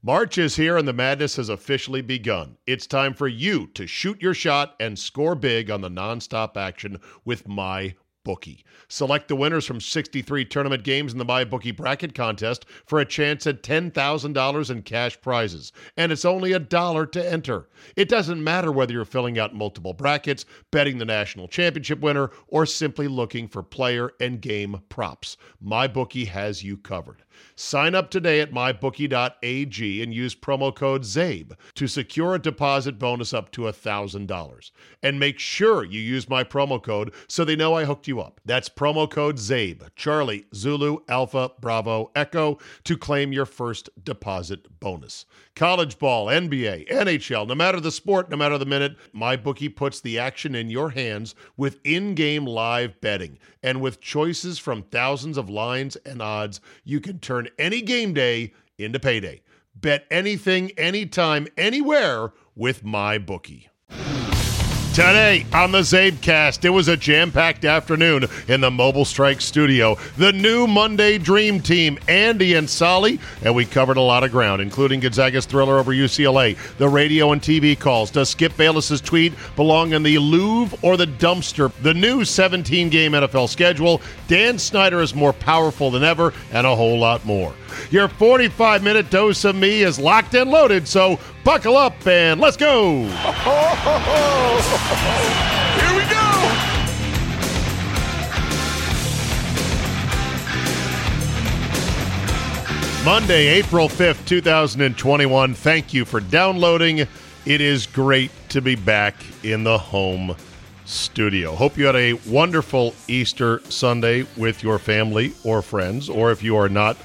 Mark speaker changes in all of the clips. Speaker 1: March is here and the madness has officially begun. It's time for you to shoot your shot and score big on the nonstop action with my bookie. Select the winners from 63 tournament games in the my bookie bracket contest for a chance at $10,000 in cash prizes, and it's only a dollar to enter. It doesn't matter whether you're filling out multiple brackets, betting the national championship winner, or simply looking for player and game props. My bookie has you covered. Sign up today at mybookie.ag and use promo code ZABE to secure a deposit bonus up to $1,000. And make sure you use my promo code so they know I hooked you up. That's promo code ZABE, Charlie, Zulu, Alpha, Bravo, Echo to claim your first deposit bonus. College ball, NBA, NHL, no matter the sport, no matter the minute, MyBookie puts the action in your hands with in game live betting. And with choices from thousands of lines and odds, you can turn any game day into payday. Bet anything, anytime, anywhere with my bookie. Today on the Zabecast, it was a jam-packed afternoon in the Mobile Strike studio. The new Monday Dream Team, Andy and Solly, and we covered a lot of ground, including Gonzaga's thriller over UCLA, the radio and TV calls. Does Skip Bayless's tweet belong in the Louvre or the dumpster? The new 17-game NFL schedule. Dan Snyder is more powerful than ever, and a whole lot more. Your 45-minute dose of me is locked and loaded, so buckle up and let's go.
Speaker 2: Here we go!
Speaker 1: Monday, April 5th, 2021. Thank you for downloading. It is great to be back in the home studio. Hope you had a wonderful Easter Sunday with your family or friends, or if you are not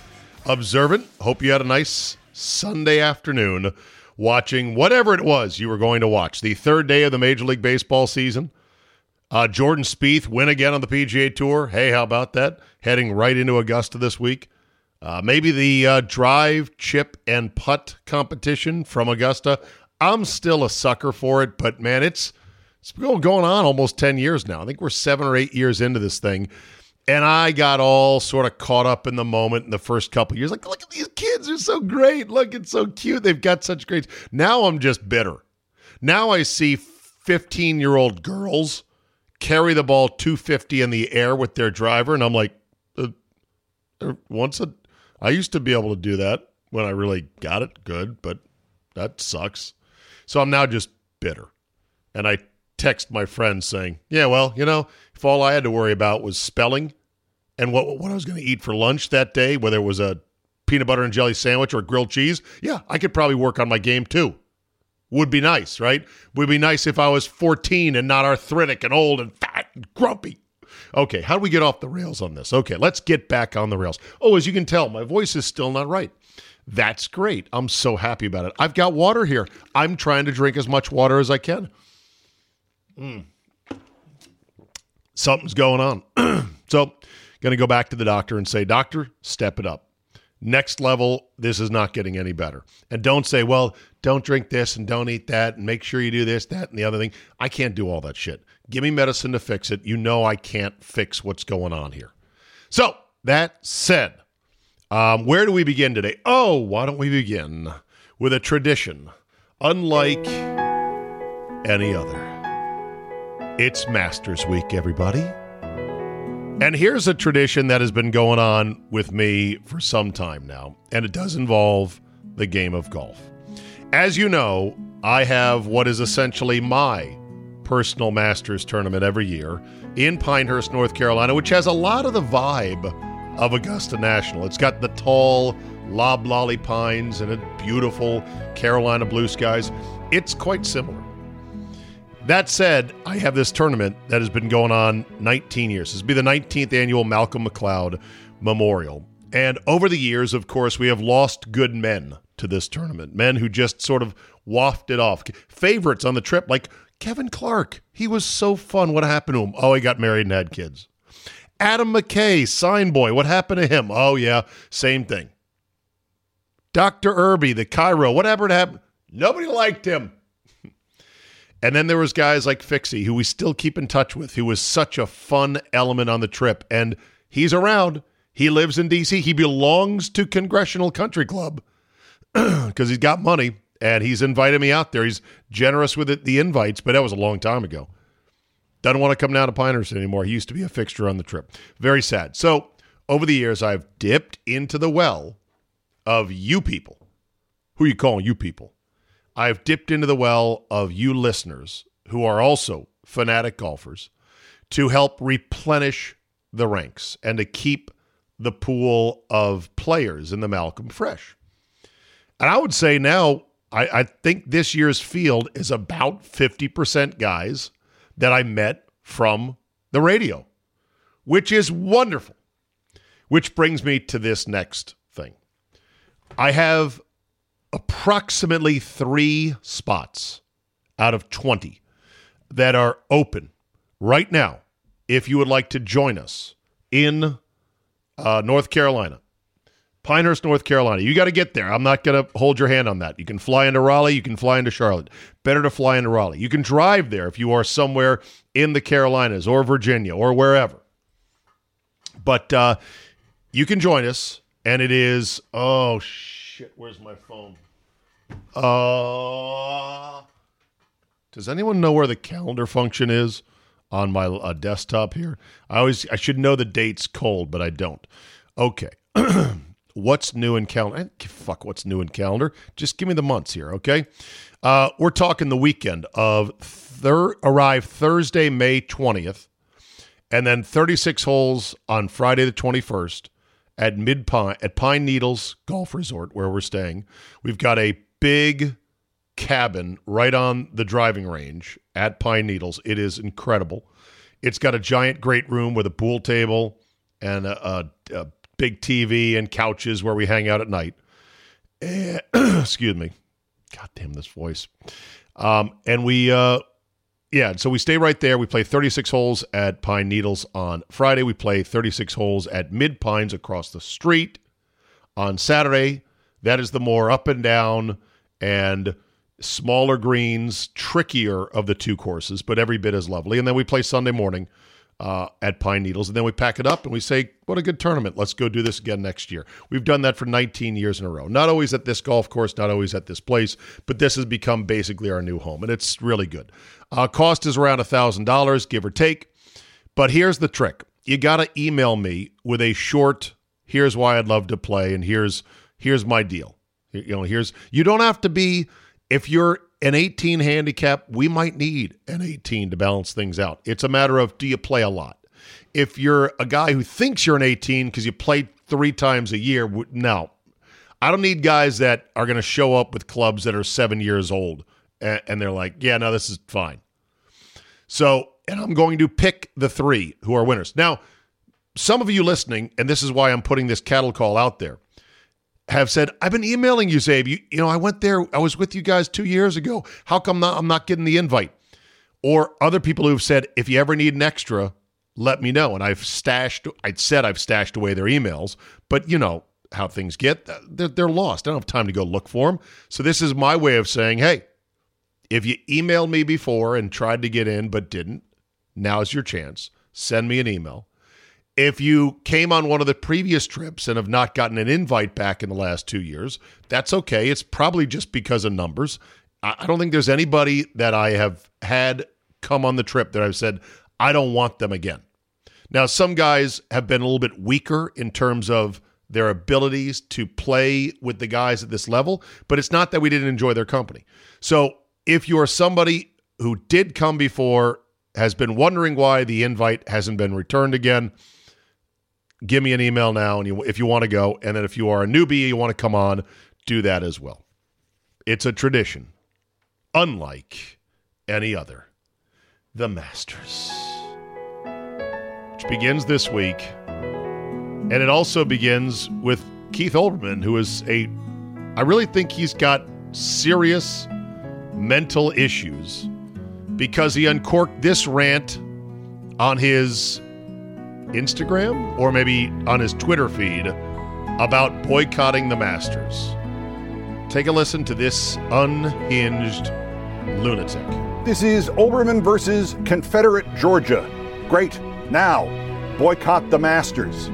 Speaker 1: observant, hope you had a nice Sunday afternoon watching whatever it was you were going to watch. The third day of the Major League Baseball season. Uh, Jordan Spieth win again on the PGA Tour. Hey, how about that? Heading right into Augusta this week. Uh, maybe the uh, drive, chip, and putt competition from Augusta. I'm still a sucker for it, but man, it's it's been going on almost ten years now. I think we're seven or eight years into this thing, and I got all sort of caught up in the moment in the first couple years. Like, look at these kids; they're so great. Look, it's so cute. They've got such great. Now I'm just bitter. Now I see 15 year old girls carry the ball 250 in the air with their driver, and I'm like, uh, uh, once a I used to be able to do that when I really got it good, but that sucks. So I'm now just bitter. And I text my friends saying, Yeah, well, you know, if all I had to worry about was spelling and what what I was going to eat for lunch that day, whether it was a peanut butter and jelly sandwich or grilled cheese, yeah, I could probably work on my game too. Would be nice, right? Would be nice if I was 14 and not arthritic and old and fat and grumpy. Okay, how do we get off the rails on this? Okay, let's get back on the rails. Oh, as you can tell, my voice is still not right. That's great. I'm so happy about it. I've got water here. I'm trying to drink as much water as I can. Mm. Something's going on. so, going to go back to the doctor and say, Doctor, step it up. Next level, this is not getting any better. And don't say, well, don't drink this and don't eat that and make sure you do this, that, and the other thing. I can't do all that shit. Give me medicine to fix it. You know I can't fix what's going on here. So, that said, um, where do we begin today? Oh, why don't we begin with a tradition unlike any other? It's Masters Week, everybody. And here's a tradition that has been going on with me for some time now, and it does involve the game of golf. As you know, I have what is essentially my personal masters tournament every year in Pinehurst, North Carolina, which has a lot of the vibe of Augusta National. It's got the tall loblolly pines and a beautiful Carolina blue skies. It's quite similar. That said, I have this tournament that has been going on 19 years. This will be the 19th annual Malcolm McLeod Memorial. And over the years, of course, we have lost good men to this tournament, men who just sort of wafted off. Favorites on the trip, like Kevin Clark. He was so fun. What happened to him? Oh, he got married and had kids. Adam McKay, sign boy. What happened to him? Oh, yeah, same thing. Dr. Irby, the Cairo, whatever it happened. Nobody liked him. And then there was guys like Fixie, who we still keep in touch with, who was such a fun element on the trip. And he's around. He lives in D.C. He belongs to Congressional Country Club because he's got money and he's invited me out there. He's generous with it, the invites, but that was a long time ago. Doesn't want to come down to Pinehurst anymore. He used to be a fixture on the trip. Very sad. So over the years, I've dipped into the well of you people. Who you calling you people? I've dipped into the well of you listeners who are also fanatic golfers to help replenish the ranks and to keep the pool of players in the Malcolm fresh. And I would say now, I, I think this year's field is about 50% guys that I met from the radio, which is wonderful. Which brings me to this next thing. I have approximately three spots out of 20 that are open right now if you would like to join us in uh, North Carolina. Pinehurst, North Carolina. You got to get there. I'm not going to hold your hand on that. You can fly into Raleigh. You can fly into Charlotte. Better to fly into Raleigh. You can drive there if you are somewhere in the Carolinas or Virginia or wherever. But uh, you can join us, and it is, oh, shit, where's my phone? Uh, does anyone know where the calendar function is on my uh, desktop here? I always I should know the dates cold, but I don't. Okay. what's new in calendar? I don't give a fuck what's new in calendar. Just give me the months here, okay? Uh, we're talking the weekend of thir- arrive Thursday, May 20th, and then 36 holes on Friday the 21st at Mid Pine at Pine Needles Golf Resort where we're staying. We've got a big cabin right on the driving range at Pine Needles. It is incredible. It's got a giant great room with a pool table and a, a, a big TV and couches where we hang out at night. Eh, excuse me. God damn this voice. Um, and we, uh, yeah, so we stay right there. We play 36 holes at Pine Needles on Friday. We play 36 holes at Mid Pines across the street on Saturday. That is the more up and down and smaller greens, trickier of the two courses, but every bit as lovely. And then we play Sunday morning uh, at Pine Needles, and then we pack it up and we say, "What a good tournament! Let's go do this again next year." We've done that for 19 years in a row. Not always at this golf course, not always at this place, but this has become basically our new home, and it's really good. Uh, cost is around thousand dollars, give or take. But here's the trick: you got to email me with a short. Here's why I'd love to play, and here's here's my deal. You know, here's you don't have to be if you're an 18 handicap, we might need an 18 to balance things out. It's a matter of do you play a lot? If you're a guy who thinks you're an 18 because you play three times a year, w- no. I don't need guys that are going to show up with clubs that are seven years old and, and they're like, yeah, no, this is fine. So, and I'm going to pick the three who are winners. Now, some of you listening, and this is why I'm putting this cattle call out there have said, I've been emailing you, Zabe. You, you know, I went there, I was with you guys two years ago. How come not, I'm not getting the invite? Or other people who've said, if you ever need an extra, let me know. And I've stashed, I'd said I've stashed away their emails, but you know how things get. Uh, They're, they're lost. I don't have time to go look for them. So this is my way of saying, hey, if you emailed me before and tried to get in but didn't, now's your chance. Send me an email. If you came on one of the previous trips and have not gotten an invite back in the last two years, that's okay. It's probably just because of numbers. I I don't think there's anybody that I have had come on the trip that I've said, I don't want them again. Now, some guys have been a little bit weaker in terms of their abilities to play with the guys at this level, but it's not that we didn't enjoy their company. So if you're somebody who did come before, has been wondering why the invite hasn't been returned again, give me an email now and you, if you want to go. And then if you are a newbie, you want to come on, do that as well. It's a tradition, unlike any other. The Masters, which begins this week. And it also begins with Keith Olbermann, who is a, I really think he's got serious mental issues because he uncorked this rant on his Instagram or maybe on his Twitter feed about boycotting the Masters. Take a listen to this unhinged lunatic.
Speaker 3: This is Oberman versus Confederate Georgia. Great. Now, boycott the Masters.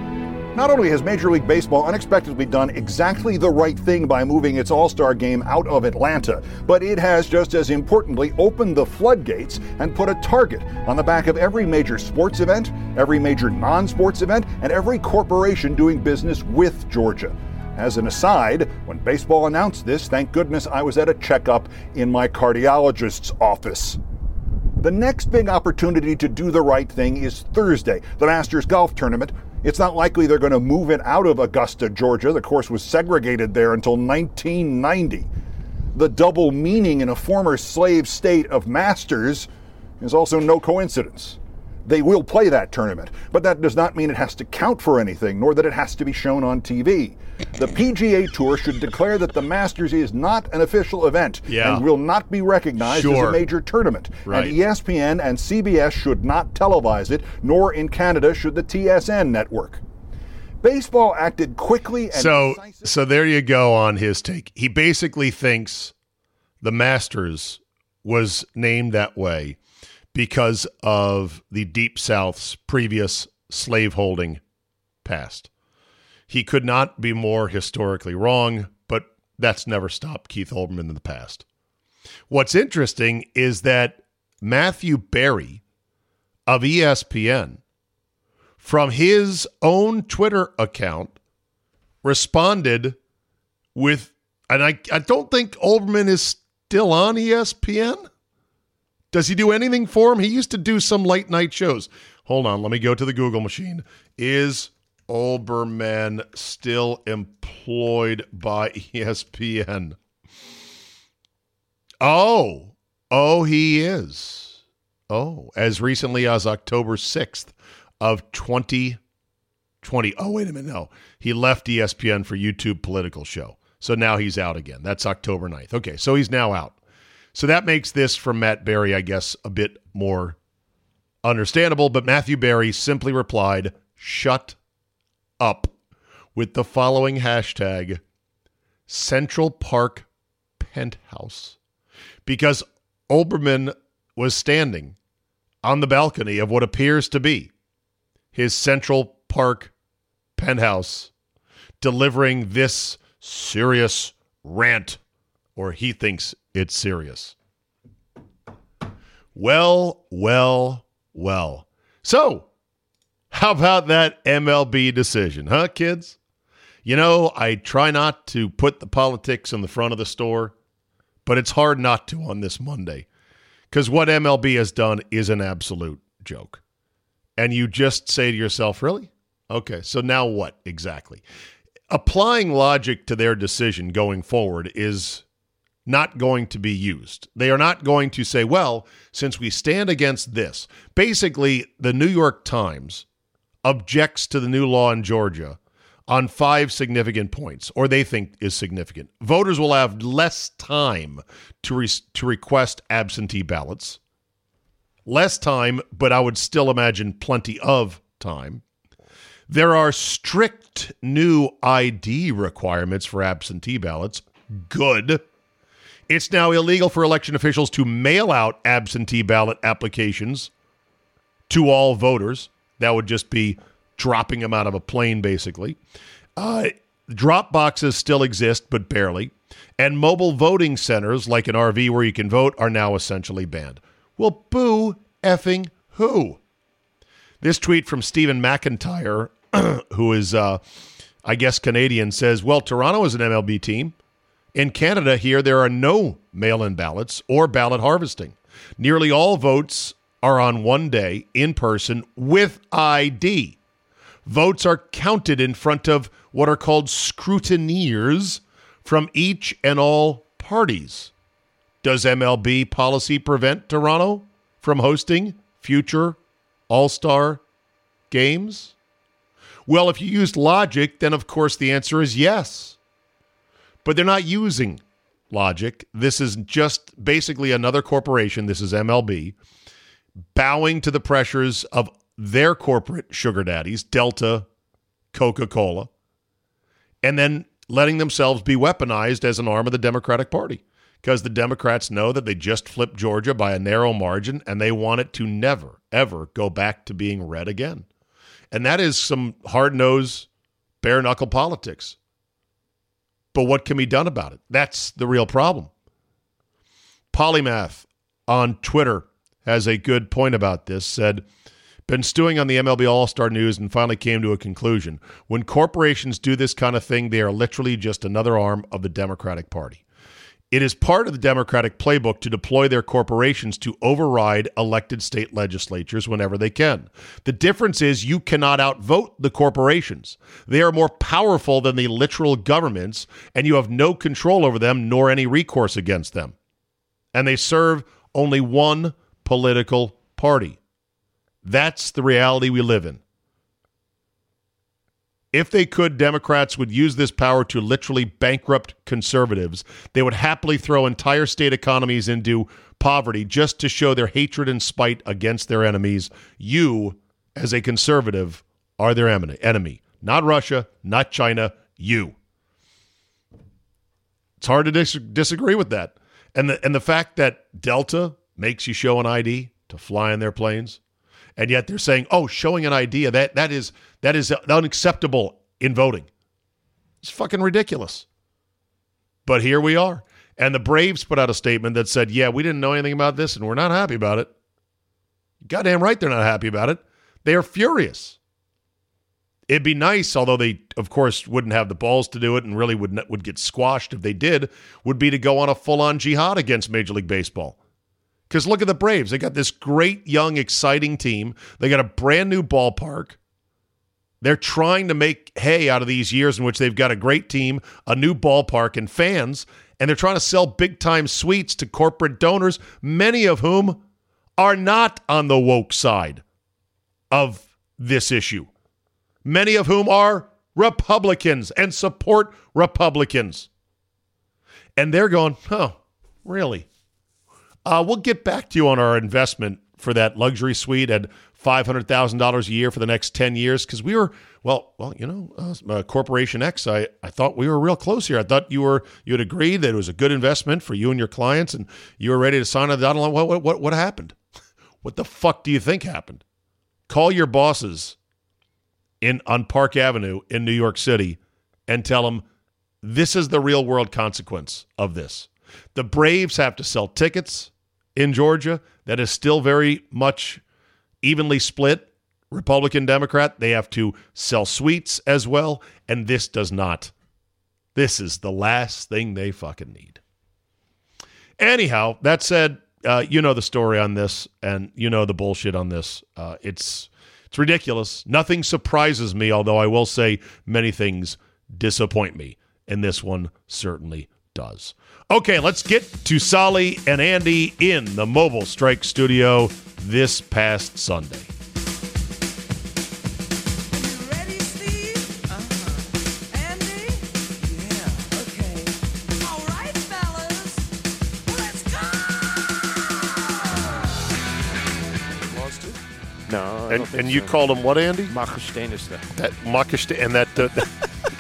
Speaker 3: Not only has Major League Baseball unexpectedly done exactly the right thing by moving its All Star game out of Atlanta, but it has just as importantly opened the floodgates and put a target on the back of every major sports event, every major non sports event, and every corporation doing business with Georgia. As an aside, when baseball announced this, thank goodness I was at a checkup in my cardiologist's office. The next big opportunity to do the right thing is Thursday, the Masters Golf Tournament. It's not likely they're going to move it out of Augusta, Georgia. The course was segregated there until 1990. The double meaning in a former slave state of Masters is also no coincidence. They will play that tournament, but that does not mean it has to count for anything, nor that it has to be shown on TV. The PGA Tour should declare that the Masters is not an official event
Speaker 1: Yeah.
Speaker 3: and will not be recognized as
Speaker 1: Sure.
Speaker 3: a major tournament.
Speaker 1: Right.
Speaker 3: And E ESPN and CBS should not televise it, nor in Canada should the TSN network. Baseball acted quickly and
Speaker 1: so
Speaker 3: decisively.
Speaker 1: so there you go on his take. He basically thinks the Masters was named that way because of the Deep South's previous slaveholding past. He could not be more historically wrong, but that's never stopped Keith Olbermann in the past. What's interesting is that Matthew Barry of E ESPN from his own Twitter account responded with, and I, I don't think Olbermann is still on E ESPN. Does he do anything for him? He used to do some late night shows. Hold on, let me go to the Google machine. Is Olbermann still employed by E ESPN? Oh, oh, he is. Oh, as recently as October 6th of 20- 20 oh wait a minute no he left E espn for youtube political show so now he's out again that's october 9th okay so he's now out so that makes this from matt barry i guess a bit more understandable but matthew barry simply replied shut up with the following hashtag central park penthouse because olbermann was standing on the balcony of what appears to be his Central Park penthouse, delivering this serious rant, or he thinks it's serious. Well, well, well. So, how about that MLB decision, huh, kids? You know, I try not to put the politics in the front of the store, but it's hard not to on this Monday because what MLB has done is an absolute joke and you just say to yourself, really? Okay, so now what exactly? Applying logic to their decision going forward is not going to be used. They are not going to say, well, since we stand against this, basically, the New York Times objects to the new law in Georgia on five significant points, or they think is significant. Voters will have less time to, re- to request absentee ballots less time, but I would still imagine plenty of time. There are strict new ID requirements for absentee ballots. Good. It's now illegal for election officials to mail out absentee ballot applications to all voters. That would just be dropping them out of a plane, basically. Uh, drop boxes still exist, but barely. And mobile voting centers, like an RV where you can vote, are now essentially banned. Well, boo effing who? This tweet from Stephen McIntyre, who is uh, I guess Canadian says, well, Toronto is an MLB team. In Canada, here, there are no mail in ballots or ballot harvesting. Nearly all votes are on one day in person with ID. Votes are counted in front of what are called scrutineers from each and all parties. Does MLB policy prevent Toronto from hosting future All Star games? Well, if you use logic, then of course the answer is yes. But they're not using logic. This is just basically another corporation, this is MLB, bowing to the pressures of their corporate sugar daddies, Delta, Coca Cola, and then letting themselves be weaponized as an arm of the Democratic Party. Because the Democrats know that they just flipped Georgia by a narrow margin and they want it to never, ever go back to being red again. And that is some hard nosed, bare knuckle politics. But what can be done about it? That's the real problem. Polymath on Twitter has a good point about this, said, been stewing on the MLB All Star news and finally came to a conclusion. When corporations do this kind of thing, they are literally just another arm of the Democratic Party. It is part of the Democratic playbook to deploy their corporations to override elected state legislatures whenever they can. The difference is you cannot outvote the corporations. They are more powerful than the literal governments, and you have no control over them nor any recourse against them. And they serve only one political party. That's the reality we live in. If they could, Democrats would use this power to literally bankrupt conservatives. They would happily throw entire state economies into poverty just to show their hatred and spite against their enemies. You, as a conservative, are their em- enemy. Not Russia, not China, you. It's hard to dis- disagree with that. And the, and the fact that Delta makes you show an ID to fly in their planes and yet they're saying, "Oh, showing an idea that that is that is unacceptable in voting." It's fucking ridiculous. But here we are, and the Braves put out a statement that said, "Yeah, we didn't know anything about this, and we're not happy about it." Goddamn right, they're not happy about it. They are furious. It'd be nice, although they, of course, wouldn't have the balls to do it, and really would not, would get squashed if they did. Would be to go on a full on jihad against Major League Baseball. Because look at the Braves. They got this great, young, exciting team. They got a brand new ballpark. They're trying to make hay out of these years in which they've got a great team, a new ballpark, and fans. And they're trying to sell big time suites to corporate donors, many of whom are not on the woke side of this issue, many of whom are Republicans and support Republicans. And they're going, oh, really? Uh, we'll get back to you on our investment for that luxury suite at five hundred thousand dollars a year for the next ten years because we were well, well, you know, uh, uh, Corporation X. I I thought we were real close here. I thought you were you had agreed that it was a good investment for you and your clients, and you were ready to sign on the dotted line. What what what, what happened? what the fuck do you think happened? Call your bosses in on Park Avenue in New York City and tell them this is the real world consequence of this. The Braves have to sell tickets in Georgia. That is still very much evenly split Republican, Democrat. They have to sell suites as well. And this does not. This is the last thing they fucking need. Anyhow, that said, uh, you know the story on this and you know the bullshit on this. Uh, it's. It's ridiculous. Nothing surprises me, although I will say many things disappoint me, and this one certainly does. Okay, let's get to Solly and Andy in the Mobile Strike Studio this past Sunday.
Speaker 4: No, I
Speaker 1: And,
Speaker 4: don't think
Speaker 1: and you
Speaker 4: so.
Speaker 1: called him what, Andy?
Speaker 4: Marcus Steinester.
Speaker 1: That Makashta, and that, uh,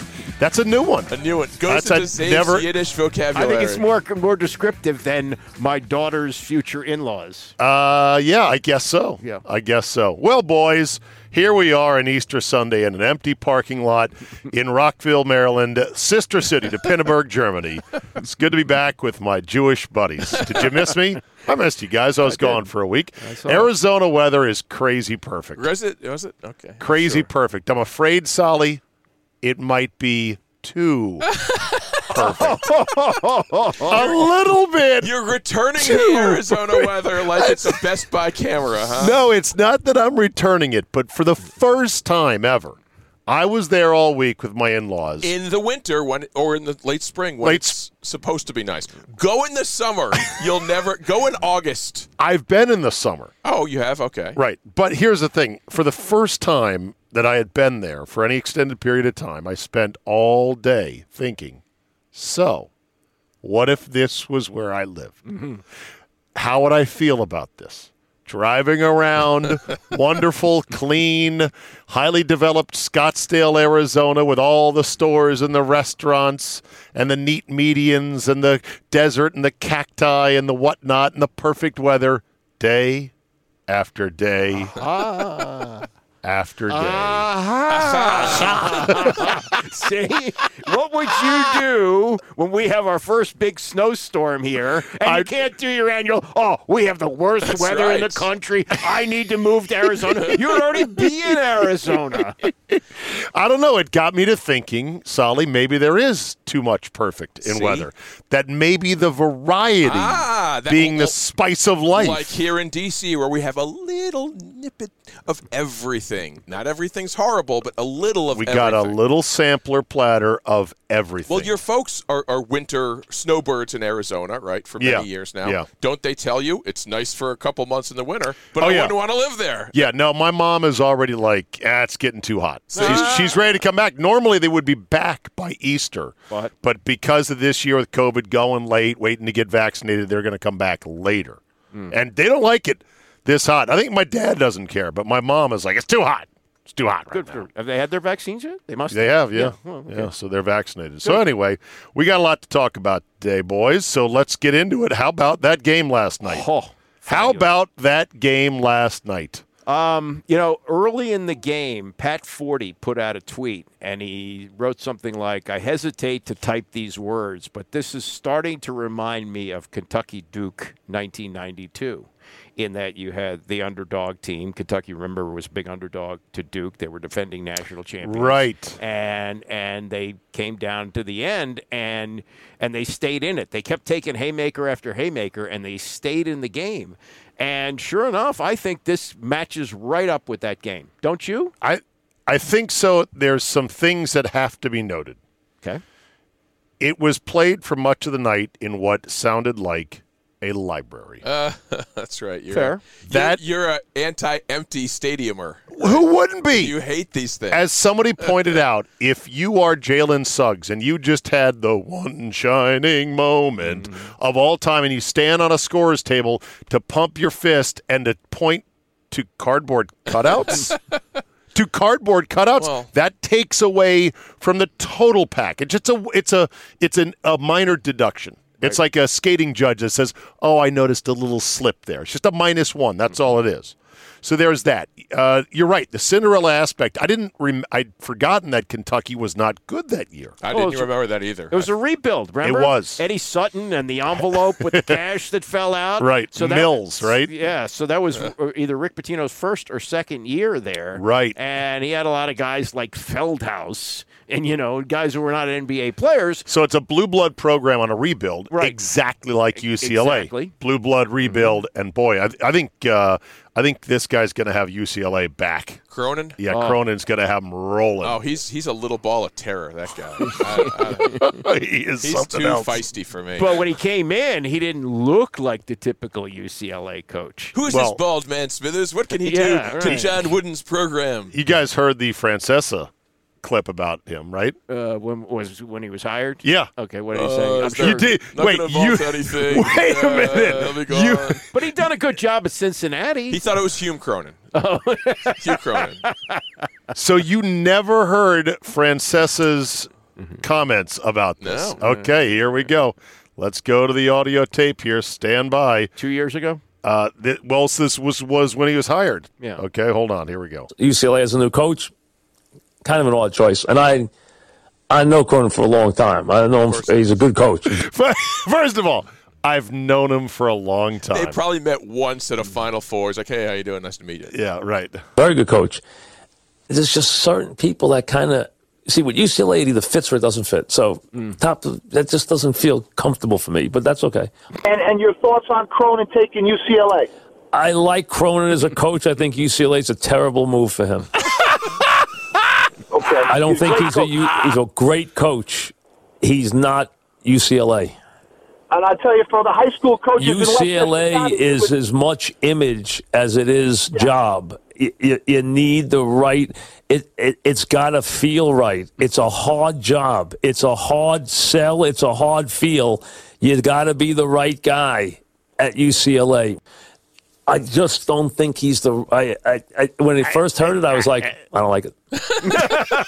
Speaker 1: that's a new one.
Speaker 5: I knew it. Goes
Speaker 1: That's
Speaker 5: into
Speaker 1: a-
Speaker 5: the same
Speaker 1: never-
Speaker 5: Yiddish
Speaker 4: I
Speaker 5: vocabulary.
Speaker 4: think it's more more descriptive than my daughter's future in-laws.
Speaker 1: Uh, yeah, I guess so.
Speaker 4: Yeah.
Speaker 1: I guess so. Well, boys, here we are on Easter Sunday in an empty parking lot in Rockville, Maryland, sister city to Pinneberg, Germany. It's good to be back with my Jewish buddies. Did you miss me? I missed you guys. I was gone for a week. Arizona weather is crazy perfect.
Speaker 5: Was it? Was it? Okay.
Speaker 1: Crazy
Speaker 5: Sure.
Speaker 1: perfect. I'm afraid, Solly, it might be too perfect. a little bit.
Speaker 5: You're returning the Arizona weather like it's a Best Buy camera, huh?
Speaker 1: No, it's not that I'm returning it, but for the first time ever, I was there all week with my in-laws.
Speaker 5: In the winter, when or in the late spring, when
Speaker 1: Late
Speaker 5: it's supposed to be nice. Go in the summer. You'll never go in August.
Speaker 1: I've been in the summer.
Speaker 5: Oh, you have okay.
Speaker 1: Right. But here's the thing for the first time that I had been there for any extended period of time, I spent all day thinking, so what if this was where I lived? How would I feel about this? Driving around, wonderful, clean, highly developed Scottsdale, Arizona, with all the stores and the restaurants and the neat medians and the desert and the cacti and the whatnot and the perfect weather day after day
Speaker 5: Uh-huh.
Speaker 1: after day.
Speaker 6: See, what would you do when we have our first big snowstorm here, and
Speaker 1: I-
Speaker 6: you can't do your annual? Oh, we have the worst weather in the
Speaker 5: right.
Speaker 6: country. I need to move to Arizona. You'd already be in Arizona.
Speaker 1: I don't know. It got me to thinking, Solly, maybe there is too much perfect in
Speaker 5: See?
Speaker 1: weather. That maybe the variety
Speaker 5: Ah, that-
Speaker 1: being the spice of life.
Speaker 5: Like here in DC, where we have a little nippet of everything. Not everything's horrible, but a little of
Speaker 1: we got a
Speaker 5: everything.
Speaker 1: little sampler platter of everything.
Speaker 5: Well, your folks are, are winter snowbirds in Arizona, right? For many
Speaker 1: Yeah.
Speaker 5: years now.
Speaker 1: Yeah.
Speaker 5: Don't they tell you it's nice for a couple months in the winter, but
Speaker 1: Oh,
Speaker 5: I
Speaker 1: yeah.
Speaker 5: wouldn't want to live there.
Speaker 1: yeah, no, my mom is already like, ah, it's getting too hot.
Speaker 6: Ah.
Speaker 1: She's, she's ready to come back. Normally, they would be back by Easter.
Speaker 6: What?
Speaker 1: But because of this year with COVID going late, waiting to get vaccinated, they're going to come back later.
Speaker 6: Hmm.
Speaker 1: And they don't like it this hot. I think my dad doesn't care, but my mom is like, it's too hot. It's too hot right
Speaker 6: Good
Speaker 1: now.
Speaker 6: for. Have they had their vaccines yet? They must.
Speaker 1: They have, yeah. Yeah,
Speaker 6: well, okay.
Speaker 1: so they're vaccinated. So anyway, we got a lot to talk about today, boys. So let's get into it. How about that game last night?
Speaker 6: Oh,
Speaker 1: How about that game last night?
Speaker 6: Um, you know, early in the game, Pat Forty put out a tweet and he wrote something like, I hesitate to type these words, but this is starting to remind me of Kentucky Duke 1992, in that you had the underdog team. Kentucky, remember, was a big underdog to Duke. They were defending national champions
Speaker 1: Right.
Speaker 6: and and they came down to the end and and they stayed in it. They kept taking haymaker after haymaker and they stayed in the game. And sure enough, I think this matches right up with that game. Don't you?
Speaker 1: I I think so. There's some things that have to be noted.
Speaker 6: Okay.
Speaker 1: It was played for much of the night in what sounded like a library.
Speaker 5: Uh, That's right. You're
Speaker 6: Fair.
Speaker 5: A, you're,
Speaker 1: That-
Speaker 5: you're a anti-empty stadiumer.
Speaker 1: Who wouldn't be?
Speaker 5: You hate these things. Uh,
Speaker 1: As somebody pointed out, if you are Jalen Suggs and you just had the one shining moment of all time and you stand on a scorer's table to pump your fist and to point to cardboard cutouts, to cardboard cutouts,
Speaker 5: Well-
Speaker 1: that takes away from the total package. It's a it's a it's an, a minor deduction. It's like a skating judge that says, "Oh, I noticed a little slip there." It's just a minus one. That's
Speaker 6: Mm-hmm.
Speaker 1: all it is. So there's that. Uh, you're right. The Cinderella aspect. I didn't. Rem- I'd forgotten that Kentucky was not good that year.
Speaker 5: I
Speaker 6: Oh,
Speaker 5: didn't
Speaker 6: it's-
Speaker 5: remember that either.
Speaker 6: It was a rebuild, remember?
Speaker 1: was.
Speaker 6: Eddie Sutton and the envelope with the cash that fell out.
Speaker 1: Right. Mills, right?
Speaker 6: Yeah. So that was uh, either Rick Pitino's first or second year there.
Speaker 1: Right.
Speaker 6: And he had a lot of guys like Feldhaus and, you know, guys who were not NBA players.
Speaker 1: So it's a blue blood program on a rebuild,
Speaker 6: Right. E-,
Speaker 1: exactly like UCLA.
Speaker 6: exactly. Mm-hmm.
Speaker 1: Blue blood rebuild, and boy, I, I think uh, I think this guy's going to have UCLA back.
Speaker 5: Cronin.
Speaker 1: Yeah,
Speaker 6: Oh.
Speaker 1: Cronin's going to have him rolling.
Speaker 5: Oh, he's he's a little ball of terror. That guy. I, I,
Speaker 1: he is
Speaker 5: he's
Speaker 1: something
Speaker 5: too
Speaker 1: else.
Speaker 5: feisty for me.
Speaker 6: But when he came in, he didn't look like the typical UCLA coach.
Speaker 5: Who is
Speaker 1: well-
Speaker 5: this bald man, Smithers? What can he
Speaker 6: Yeah,
Speaker 5: do to
Speaker 6: right.
Speaker 5: John Wooden's program?
Speaker 1: You guys heard the Francesa clip about him, right?
Speaker 6: Uh, when was when he was hired?
Speaker 1: Yeah.
Speaker 6: Okay, what did he say?
Speaker 5: Uh,
Speaker 6: I'm
Speaker 5: is
Speaker 6: sure.
Speaker 1: You did.
Speaker 5: Not
Speaker 1: wait,
Speaker 5: gonna
Speaker 1: you.
Speaker 5: vault anything.
Speaker 1: Wait a
Speaker 5: Uh,
Speaker 1: minute.
Speaker 5: they'll be
Speaker 1: You-
Speaker 5: gone.
Speaker 6: But he done a good job at Cincinnati.
Speaker 5: He thought it was Hume Cronin.
Speaker 1: Oh.
Speaker 5: Hume Cronin.
Speaker 1: So you never heard Francesa's comments about this?
Speaker 5: No.
Speaker 1: Okay, here we go. Let's go to the audio tape here. Stand by.
Speaker 6: Two years ago.
Speaker 1: Uh, th- well, this was was when he was hired.
Speaker 6: Yeah.
Speaker 1: Okay, hold on. Here we go.
Speaker 7: UCLA as a new coach, kind of an odd choice. And I, I know Cronin for a long time. I know him. For, he's a good coach.
Speaker 1: First of all, I've known him for a long
Speaker 5: They
Speaker 1: time.
Speaker 5: probably met once at a Final Four. He's like, hey, how you doing? Nice to meet you.
Speaker 1: yeah, right.
Speaker 7: Very good coach. There's just certain people that kind of see with UCLA it either fits or it doesn't fit. So top that just doesn't feel comfortable for me, but that's okay.
Speaker 8: And, and your thoughts on Cronin taking UCLA?
Speaker 7: I like Cronin as a coach. I think UCLA is a terrible move for him.
Speaker 8: Okay.
Speaker 7: I don't think he's a U- he's a great coach. He's not UCLA.
Speaker 8: And I tell you, for the high school coaches, in Westchester
Speaker 7: UCLA
Speaker 8: County,
Speaker 7: is
Speaker 8: with-
Speaker 7: as much image as it is job. You, you, you need the right. It, it it's got to feel right. It's a hard job. It's a hard sell. It's a hard feel. You got to be the right guy at UCLA. I just don't think he's the. I, I, I when I first heard it, I was like, I don't like it.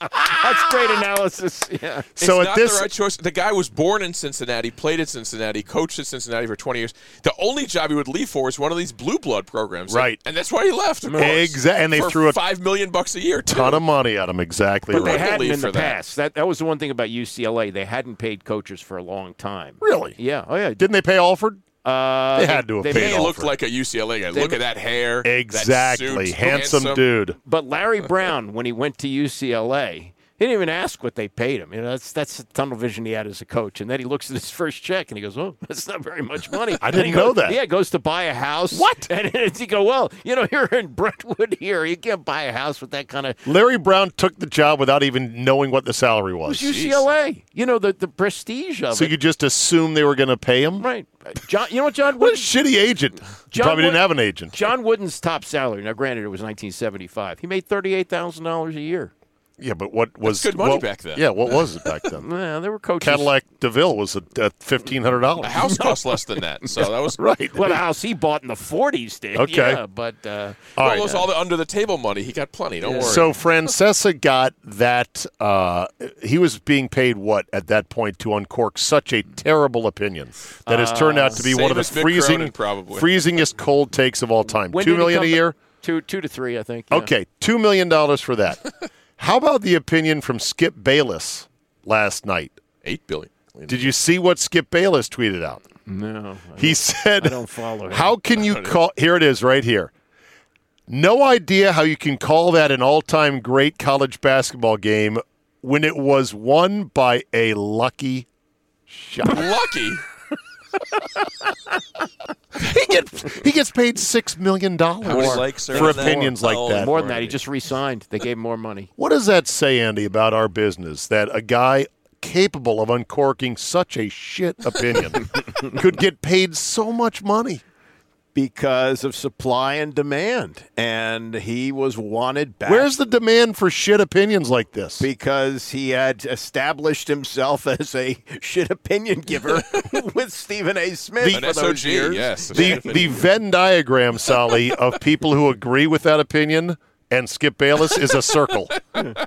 Speaker 4: That's great analysis. Yeah.
Speaker 1: So
Speaker 5: it's
Speaker 1: at
Speaker 5: not
Speaker 1: this
Speaker 5: the right choice. The guy was born in Cincinnati, played at Cincinnati, coached at Cincinnati for 20 years. The only job he would leave for is one of these blue blood programs,
Speaker 1: Right.
Speaker 5: And that's why he left. of course.
Speaker 1: Exact- and they
Speaker 5: For
Speaker 1: threw a
Speaker 5: five million bucks a year. Too.
Speaker 1: ton of money at him. Exactly
Speaker 5: But they
Speaker 4: They
Speaker 1: right.
Speaker 5: had-
Speaker 4: hadn't
Speaker 5: leave
Speaker 4: in the
Speaker 5: for that.
Speaker 4: past. That that was the one thing about UCLA. They hadn't paid coaches for a long time.
Speaker 1: Really?
Speaker 4: Yeah. Oh yeah.
Speaker 1: Didn't they pay Alford?
Speaker 4: Uh,
Speaker 1: They had to have
Speaker 4: they
Speaker 1: paid
Speaker 4: may
Speaker 5: Man
Speaker 4: look-
Speaker 1: off.
Speaker 5: looked like a UCLA guy. Look at that hair. that
Speaker 1: Exactly.
Speaker 5: suit,
Speaker 1: handsome, dude.
Speaker 4: But Larry Brown, when he went to UCLA, he didn't even ask what they paid him. You know, that's that's the tunnel vision he had as a coach. And then he looks at his first check and he goes, "Oh, that's not very much money."
Speaker 1: I
Speaker 4: And he
Speaker 1: didn't know
Speaker 4: goes-
Speaker 1: that.
Speaker 4: Yeah, goes to buy a house.
Speaker 1: What?
Speaker 4: And, and he go, "Well, you know, you're in Brentwood here. You can't buy a house with that kind of."
Speaker 1: Larry Brown took the job without even knowing what the salary was.
Speaker 4: It was UCLA. You know the the prestige of
Speaker 1: So
Speaker 4: it.
Speaker 1: you just assumed they were going to pay him?
Speaker 4: right, John. You know what, John?
Speaker 1: What a
Speaker 4: Wooden-
Speaker 1: shitty agent.
Speaker 4: John
Speaker 1: Probably
Speaker 4: Wood-
Speaker 1: didn't have an agent.
Speaker 4: John Wooden's top salary. Now, granted, it was 1975. He made thirty-eight thousand dollars a year.
Speaker 1: Yeah, but what was
Speaker 5: good money
Speaker 1: what-
Speaker 5: back then.
Speaker 1: Yeah, what was it back then?
Speaker 4: Well, there were coaches.
Speaker 1: Cadillac DeVille was at uh, fifteen hundred
Speaker 5: A
Speaker 1: dollars.
Speaker 5: house costs less than that. So that was
Speaker 1: Right.
Speaker 4: Well, the house he bought in the 40s did.
Speaker 1: Okay.
Speaker 4: Yeah, but uh,
Speaker 1: All
Speaker 5: All
Speaker 1: right.
Speaker 5: right. all the under the table money. He got plenty. Don't worry.
Speaker 1: So Francesa got that. Uh, he was being paid what at that point to uncork such a terrible opinion that has turned out to be
Speaker 5: Uh, Same
Speaker 1: one of the
Speaker 5: as Mick
Speaker 1: freezing,
Speaker 5: Cronin, probably.
Speaker 1: freezingest cold takes of all time.
Speaker 4: when
Speaker 1: Two
Speaker 4: did he
Speaker 1: million a
Speaker 4: come
Speaker 1: year.
Speaker 4: back? Two, two to three, I think. yeah.
Speaker 1: Okay, two million dollars for that. How about the opinion from Skip Bayless last night?
Speaker 5: eight billion.
Speaker 1: Did you see what Skip Bayless tweeted out?
Speaker 4: No.
Speaker 1: He said,
Speaker 4: I don't follow him.
Speaker 1: How can you call? Here it is, right here. No idea how you can call that an all time great college basketball game when it was won by a lucky shot.
Speaker 5: Lucky.
Speaker 1: he, gets, he gets paid $6 million
Speaker 5: many likes are
Speaker 1: for
Speaker 5: on that?
Speaker 1: opinions like
Speaker 5: Oh,
Speaker 1: that.
Speaker 4: More than that, he just re-signed. They gave him more money.
Speaker 1: What does that say, Andy, about our business that a guy capable of uncorking such a shit opinion could get paid so much money?
Speaker 6: because of supply and demand, and he was wanted back.
Speaker 1: Where's the demand for shit opinions like this?
Speaker 6: because he had established himself as a shit opinion giver with Stephen A. Smith
Speaker 5: An
Speaker 6: for those
Speaker 5: SOG.
Speaker 6: years.
Speaker 5: Yes.
Speaker 1: the the Venn diagram, Sally, of people who agree with that opinion and Skip Bayless is a circle.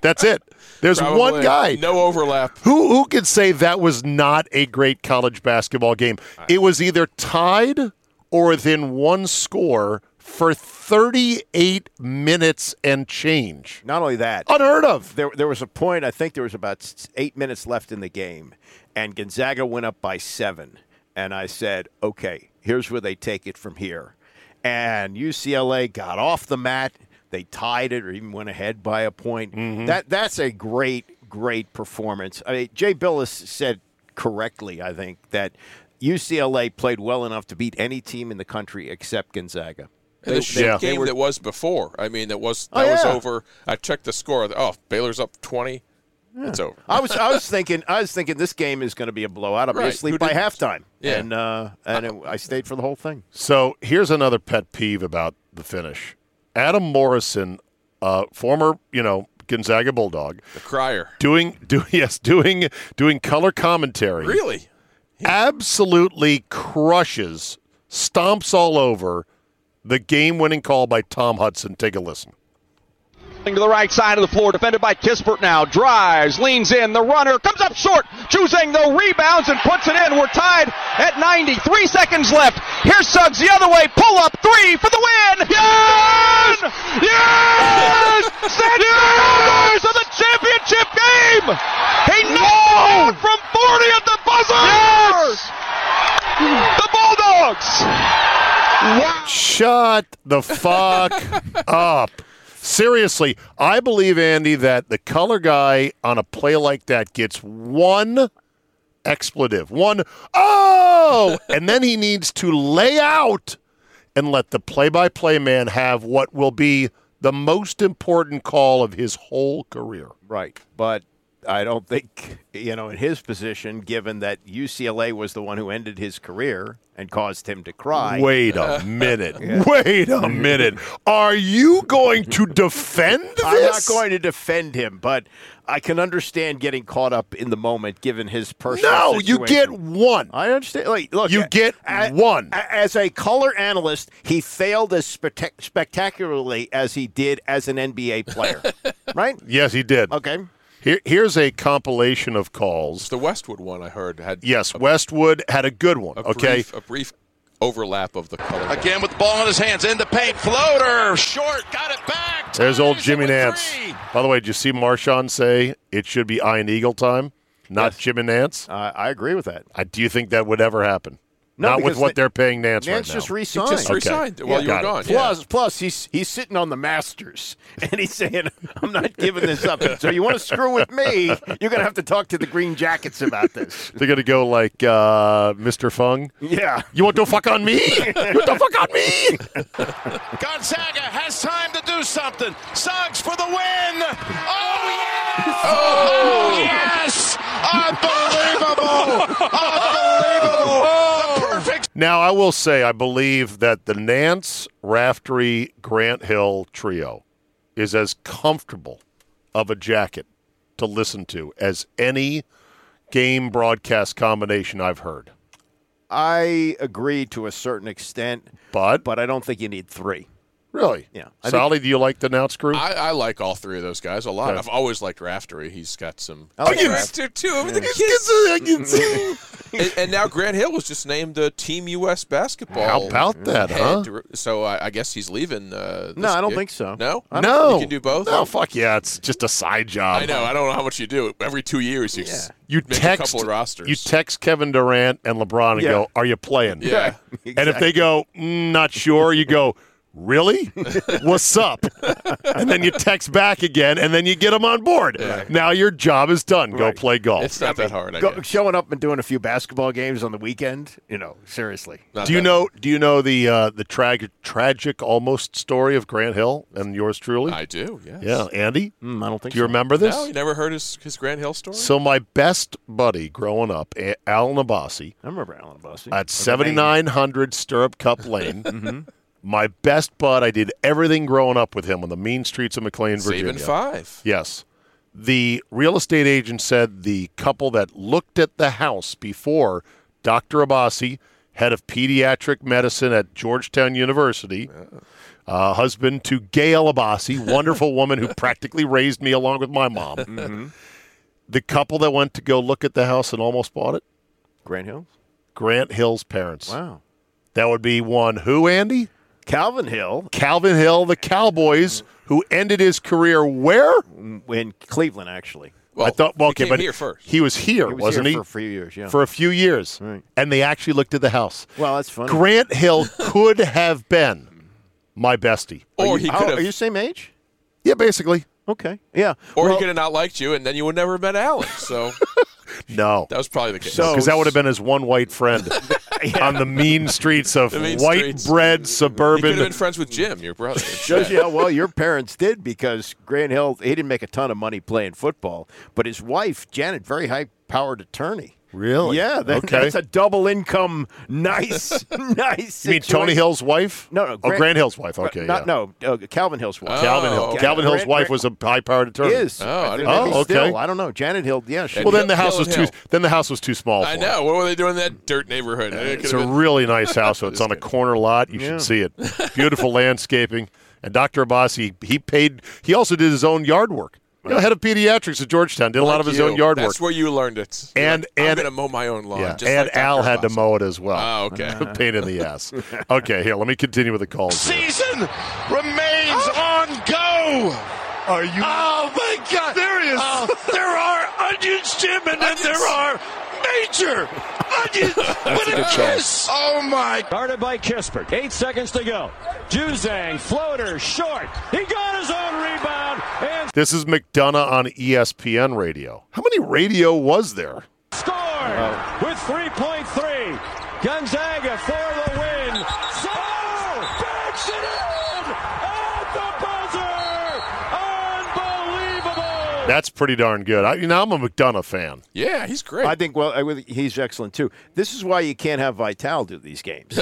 Speaker 1: That's it. There's
Speaker 5: Probably.
Speaker 1: one guy
Speaker 5: No overlap.
Speaker 1: who who could say that was not a great college basketball game. It was either tied or within one score for 38 minutes and change.
Speaker 6: Not only that,
Speaker 1: Unheard of.
Speaker 6: there, there was a point, I think there was about s- eight minutes left in the game, and Gonzaga went up by seven. And I said, okay, here's where they take it from here. And UCLA got off the mat. They tied it or even went ahead by a point.
Speaker 1: Mm-hmm.
Speaker 6: That That's a great, great performance. I mean, Jay Billis said correctly, I think, that UCLA played well enough to beat any team in the country except Gonzaga.
Speaker 5: And the shit
Speaker 1: yeah.
Speaker 5: game that was before. I mean, that was
Speaker 6: Oh,
Speaker 5: that was
Speaker 6: yeah.
Speaker 5: over. I checked the score. Oh, Baylor's up twenty. It's over.
Speaker 6: I was I was thinking I was thinking this game is going to be a blowout. I'll be
Speaker 5: Right.
Speaker 6: asleep
Speaker 5: Who
Speaker 6: by
Speaker 5: didn't?
Speaker 6: halftime,
Speaker 5: Yeah.
Speaker 6: and uh, and it, I stayed for the whole thing.
Speaker 1: So here's another pet peeve about the finish. Adam Morrison, uh, former, you know, Gonzaga Bulldog,
Speaker 5: The crier.
Speaker 1: doing do yes doing doing color commentary
Speaker 5: Really?
Speaker 1: absolutely crushes stomps all over the game-winning call by tom hudson take a listen
Speaker 9: To the right side of the floor, defended by Kispert now. Drives, leans in, the runner comes up short, choosing the rebounds and puts it in. We're tied at 90. Three seconds left. Here's Suggs the other way. Pull up three for the win. Yes! Yes! That's yes! of the championship game! He knocked it out from 40 at the buzzer! Yes! The Bulldogs!
Speaker 1: shut the fuck up Seriously, I believe, Andy, that the color guy on a play like that gets one expletive, one, oh, and then he needs to lay out and let the play by play man have what will be the most important call of his whole career.
Speaker 6: Right. But I don't think, you know, in his position, given that UCLA was the one who ended his career and caused him to cry.
Speaker 1: Wait a minute. Wait a minute. Are you going to defend this?
Speaker 6: I'm not going to defend him, but I can understand getting caught up in the moment given his personal
Speaker 1: No, you get
Speaker 6: situation.
Speaker 1: one.
Speaker 6: I understand. Like, look,
Speaker 1: You
Speaker 6: a-
Speaker 1: get
Speaker 6: a-
Speaker 1: one.
Speaker 6: a- As a color analyst, he failed as spectac- spectacularly as he did as an NBA player, right?
Speaker 1: Yes, he did.
Speaker 6: Okay.
Speaker 1: Here, here's a compilation of calls.
Speaker 5: The Westwood one I heard had
Speaker 1: Yes, Westwood had a good one.
Speaker 5: a
Speaker 1: okay.
Speaker 5: brief, a brief overlap of the color.
Speaker 10: Again with the ball in his hands, in the paint, floater, short, got it back.
Speaker 1: There's old Jimmy
Speaker 10: with
Speaker 1: Nance.
Speaker 10: three.
Speaker 1: By the way, did you see Marshawn say it should be Iron Eagle time, not Jimmy Nance?
Speaker 6: I I agree with that.
Speaker 1: I, do you think that would ever happen?
Speaker 6: No,
Speaker 1: not with
Speaker 6: because
Speaker 1: what
Speaker 6: Na-
Speaker 1: they're paying Nance,
Speaker 6: Nance
Speaker 1: right now.
Speaker 6: just
Speaker 5: He
Speaker 6: resigned.
Speaker 5: just
Speaker 1: Okay.
Speaker 5: resigned while you
Speaker 1: Got
Speaker 5: were
Speaker 1: it.
Speaker 5: gone. yeah.
Speaker 6: Plus, plus he's he's sitting on the Masters, and he's saying, "I'm not giving this up." So you want to screw with me? You're gonna have to talk to the Green Jackets about this.
Speaker 1: They're gonna go like uh, Mr. Fung.
Speaker 6: Yeah,
Speaker 1: You want to fuck on me? you want to fuck on me?
Speaker 10: Gonzaga has time to do something. Suggs for the win. Oh, yes! Oh, yes! Unbelievable! Unbelievable! The perfect
Speaker 1: Now, I will say, I believe that the Nance, Raftery, Grant Hill trio is as comfortable of a jacket to listen to as any game broadcast combination I've heard.
Speaker 6: I agree to a certain extent,
Speaker 1: But,
Speaker 6: but I don't think you need three.
Speaker 1: really,
Speaker 6: Yeah, I think-
Speaker 1: Solly, do you like the Nance crew?
Speaker 5: I, I like all three of those guys a lot.
Speaker 1: Okay.
Speaker 5: I've always liked Raftery. He's got some.
Speaker 6: I like
Speaker 5: Oh, yeah,
Speaker 6: Raftery.
Speaker 5: Raftery too. I mean, the kids- and, and now Grant Hill was just named the Team U.S. basketball.
Speaker 1: How about that,
Speaker 5: head
Speaker 1: huh?
Speaker 5: dir- So I, I guess he's leaving. Uh, this
Speaker 6: No, I don't
Speaker 5: gig.
Speaker 6: think so.
Speaker 5: No,
Speaker 1: no,
Speaker 5: You can do both.
Speaker 1: No, fuck yeah, it's just a side job.
Speaker 5: I know. I don't know how much you do. Every two years, you s-
Speaker 1: You
Speaker 5: make
Speaker 1: text
Speaker 5: a couple of rosters.
Speaker 1: You text Kevin Durant and LeBron and
Speaker 6: Yeah.
Speaker 1: go, "Are you playing?"
Speaker 5: Yeah.
Speaker 1: And if they go, "Mm, "Not sure," you go, "Really? What's up?" and then you text back again, and then you get them on board. Now your job is done. Go play golf.
Speaker 5: it's not that hard. I
Speaker 6: Go,
Speaker 5: guess.
Speaker 6: showing up and doing a few basketball games on the weekend, you know, seriously.
Speaker 5: Not
Speaker 1: do you
Speaker 5: that-
Speaker 1: know? Do you know the uh, the tragic, tragic, almost story of Grant Hill and yours truly?
Speaker 5: I do. Yes.
Speaker 1: yeah, Andy.
Speaker 6: Mm, I don't think
Speaker 1: Do you
Speaker 6: so.
Speaker 1: remember this?
Speaker 5: No, you never heard his his Grant Hill story.
Speaker 1: So my best buddy growing up, A- Al Nabasi,
Speaker 6: I remember Alan Bussey.
Speaker 1: at 7900 Stirrup Cup Lane. My best bud. I did everything growing up with him on the mean streets of McLean, Virginia.
Speaker 5: Saving five.
Speaker 1: Yes. The real estate agent said the couple that looked at the house before Dr. Abbasi, head of pediatric medicine at Georgetown University, uh, husband to Gail Abbasi, wonderful woman who practically raised me along with my mom. The couple that went to go look at the house and almost bought it,
Speaker 6: Grant Hill.
Speaker 1: Grant Hill's parents.
Speaker 6: Wow.
Speaker 1: That would be one who, Andy?
Speaker 6: Calvin Hill
Speaker 1: Calvin Hill, the Cowboys, who ended his career where?
Speaker 6: in Cleveland, actually.
Speaker 5: Well,
Speaker 1: I thought, well,
Speaker 5: he
Speaker 1: okay,
Speaker 5: came
Speaker 1: but
Speaker 5: here first.
Speaker 1: he was here,
Speaker 6: He was
Speaker 1: wasn't
Speaker 6: here
Speaker 1: he?
Speaker 6: for a few years, yeah.
Speaker 1: For a few years.
Speaker 6: Right.
Speaker 1: And they actually looked at the house.
Speaker 6: well, that's funny.
Speaker 1: Grant Hill could have been my bestie.
Speaker 5: or he
Speaker 6: How-
Speaker 5: could have.
Speaker 6: Are you same age?
Speaker 1: Yeah, basically.
Speaker 6: Okay. Yeah.
Speaker 5: or
Speaker 6: Well,
Speaker 5: he could have not liked you, and then you would never have met Alex. So
Speaker 1: No.
Speaker 5: that was probably the case.
Speaker 6: So-
Speaker 1: Because that would have been his one white friend on the mean streets of
Speaker 5: The mean
Speaker 1: white bread
Speaker 5: streets. he could have been
Speaker 1: suburban.
Speaker 5: friends with Jim, your brother.
Speaker 6: Shows you how well your parents did because Grant Hill, he didn't make a ton of money playing football, but his wife, Janet, very high powered attorney.
Speaker 1: Really?
Speaker 6: Yeah. That,
Speaker 1: Okay.
Speaker 6: That's a double income. Nice. nice.
Speaker 1: You mean Tony
Speaker 6: situation.
Speaker 1: Hill's wife?
Speaker 6: No, no.
Speaker 1: oh, Grant Hill's wife. Okay,
Speaker 6: Not,
Speaker 1: yeah.
Speaker 6: No, uh, Calvin Hill's wife.
Speaker 5: Oh.
Speaker 1: Calvin Hill.
Speaker 5: okay.
Speaker 1: Calvin Hill's
Speaker 6: Grant-
Speaker 1: wife was a high-powered attorney.
Speaker 6: Is.
Speaker 5: Oh, I
Speaker 6: think
Speaker 5: didn't
Speaker 6: maybe
Speaker 1: know that. Oh, okay.
Speaker 6: still. I don't know. Janet Hill, yeah. She,
Speaker 1: Well, then the
Speaker 5: Hill
Speaker 1: house was
Speaker 5: and
Speaker 1: too.
Speaker 5: Hill.
Speaker 1: Then the house was too small. For
Speaker 5: I
Speaker 1: him.
Speaker 5: know. What were they doing in that dirt neighborhood? It could
Speaker 1: Uh, It's a
Speaker 5: have been-
Speaker 1: really nice house. So it's on a corner lot. You
Speaker 6: Yeah.
Speaker 1: should see it. Beautiful landscaping. And Dr. Abbas, he, he paid. He also did his own yard work. You know, head of pediatrics at Georgetown did a lot of his
Speaker 5: you.
Speaker 1: own yard work.
Speaker 5: That's where you learned it. You're
Speaker 1: And-
Speaker 5: like, I'm
Speaker 1: and-
Speaker 5: gonna mow my own lawn.
Speaker 1: yeah,
Speaker 5: just
Speaker 1: and
Speaker 5: like Dr.
Speaker 1: Al had to
Speaker 5: Abbas.
Speaker 1: mow it as well.
Speaker 5: Oh, okay.
Speaker 1: Pain in the ass. Okay, here. Let me continue with the calls. here.
Speaker 10: season remains on go. Are you? Oh my Oh, God! There he is. there are onions, Jim, and then there are major Hodges
Speaker 9: That's
Speaker 10: with
Speaker 9: a
Speaker 10: a,
Speaker 9: good
Speaker 10: kiss.
Speaker 9: choice.
Speaker 10: Oh my!
Speaker 9: Started by Kispert. Eight seconds to go. Juzang, floater, short. He got his own rebound and
Speaker 1: This is McDonough on E ESPN radio. How many radio was there?
Speaker 9: scored with 3.3. Gonzaga for the win. So backs it in at the buzzer. Unbelievable.
Speaker 1: That's pretty darn good. I, you know, I'm a McDonough fan.
Speaker 5: Yeah, he's great.
Speaker 6: I think well, I, would- he's excellent too. This is why you can't have Vital do these games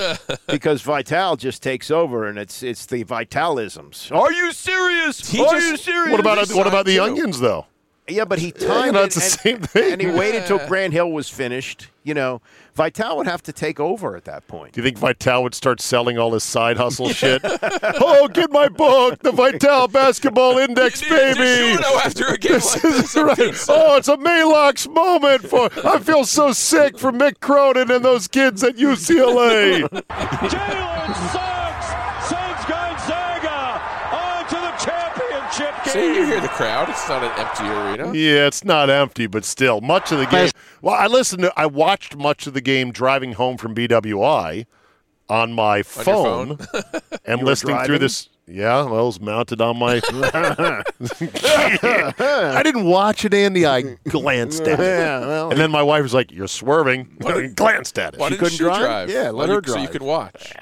Speaker 6: because Vital just takes over, and it's it's the Vitalisms. Are you serious?
Speaker 5: He
Speaker 6: Are
Speaker 5: just-
Speaker 6: you serious?
Speaker 1: What about what about the onions though?
Speaker 6: Yeah, but he
Speaker 1: you know,
Speaker 6: timed
Speaker 1: it's
Speaker 6: it,
Speaker 1: the
Speaker 6: and,
Speaker 1: same thing.
Speaker 6: and he waited till
Speaker 1: Yeah.
Speaker 6: Grand Hill was finished. You know, Vital would have to take over at that point.
Speaker 1: Do you think Vital would start selling all his side hustle shit? oh, get my book, the Vital Basketball Index, baby.
Speaker 5: after a game like
Speaker 1: this, right. Oh, it's a Malox moment for. I feel so sick for Mick Cronin and those kids at UCLA.
Speaker 9: Jalen Suggs sends Gonzaga on to the championship game.
Speaker 5: See, you hear the crowd. It's not an empty arena.
Speaker 1: Yeah, it's not empty, but still, much of the game. Well, I listened to, I watched much of the game driving home from BWI on my phone,
Speaker 5: phone?
Speaker 1: and
Speaker 5: You were
Speaker 1: listening through
Speaker 5: driving?
Speaker 1: this. Yeah, well, it was mounted on my. I didn't watch it, Andy. I glanced at it.
Speaker 6: Yeah, well-
Speaker 1: and then my wife was like, "You're swerving." glanced at it.
Speaker 5: Why
Speaker 1: She
Speaker 5: didn't
Speaker 1: couldn't
Speaker 5: you
Speaker 1: drive?
Speaker 5: drive?
Speaker 1: Yeah, let
Speaker 5: Well,
Speaker 1: her
Speaker 5: you- So you
Speaker 1: drive.
Speaker 5: could watch.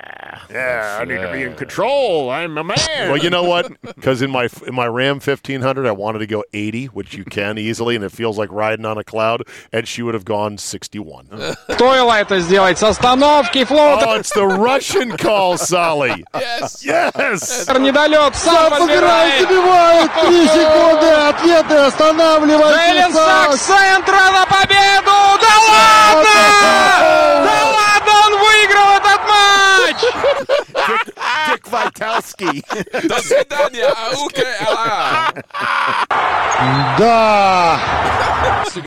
Speaker 1: Yeah, I need to be in
Speaker 6: control. I'm a man.
Speaker 1: Well, you know what? Because in my in my Ram 1500, I wanted to go 80, which you can easily, and it feels like riding on a cloud. And she would have gone 61.
Speaker 11: Стоило это сделать с остановки флота.
Speaker 1: Oh, it's the Russian call, Solly.
Speaker 5: Yes.
Speaker 1: Yes.
Speaker 11: Недолет сам
Speaker 10: Забирает,
Speaker 11: подбирает.
Speaker 10: забивает, три секунды, ответы останавливает.
Speaker 11: Джейлен Сакс, центра на победу! Да ладно! Да ладно, он выиграл этот матч!
Speaker 6: Dick Vitalski.
Speaker 5: До свидания, АУКЛА.
Speaker 1: Da.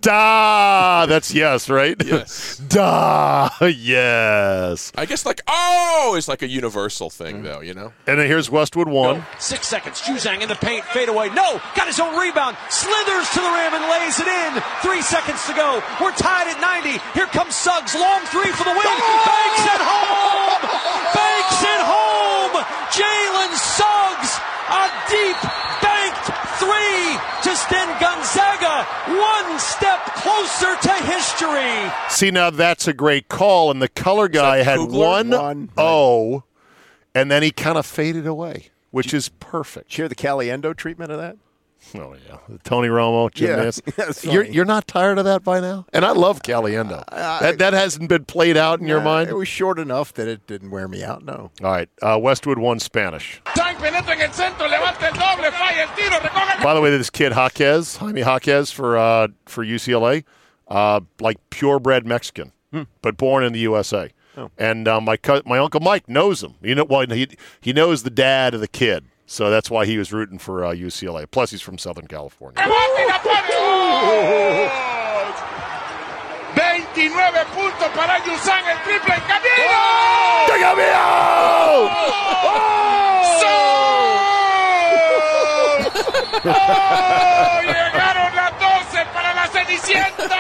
Speaker 1: Da. That's yes, right? Yes. Da. Yes. Mm.
Speaker 5: I guess like oh is like a universal thing though, you know.
Speaker 1: And then here's Westwood one.
Speaker 9: Six seconds. Juzang in the paint. Fade away. No. Got his own rebound. Slithers to the rim and lays it in. Three seconds to go. We're tied at 90. Here comes Suggs. Long three for the win. Banks it home. Banks it home. Jalen Suggs. A deep banked three to send Gonzaga one step closer to history.
Speaker 1: See, now that's a great call. And the color guy had
Speaker 9: Kugler?
Speaker 1: one
Speaker 9: One.
Speaker 1: oh, and then he kind of faded away, which is perfect.
Speaker 6: Cheer the Caliendo treatment of that?
Speaker 1: Oh, yeah. Tony Romo, Jim
Speaker 6: Yeah.
Speaker 1: Nance.
Speaker 6: That's
Speaker 1: You're,
Speaker 6: funny.
Speaker 1: you're not tired of that by now? And I love Caliendo. that, that hasn't been played out in your
Speaker 6: Uh,
Speaker 1: mind?
Speaker 6: It was short enough that it didn't wear me out. No.
Speaker 1: All right. Uh, Westwood won Spanish.
Speaker 10: Tank penetra en el centro, levanta el doble, falla el tiro, recoge.
Speaker 1: By the way, this kid Jaquez, Jaime Jaquez for uh, for UCLA, uh, like purebred Mexican,
Speaker 6: Hmm.
Speaker 1: but born in the USA.
Speaker 6: Oh.
Speaker 1: And uh, my co- my uncle Mike knows him. You know, well he he knows the dad of the kid, so that's why he was rooting for uh, UCLA. Plus, he's from Southern California.
Speaker 10: Rebote y la pone. ¡Gol! 29 puntos para Yusan, el triple en camino.
Speaker 1: ¡Llega mío!
Speaker 10: ¡Sol! ¡Oh! Llegaron las 12 para la Cenicienta.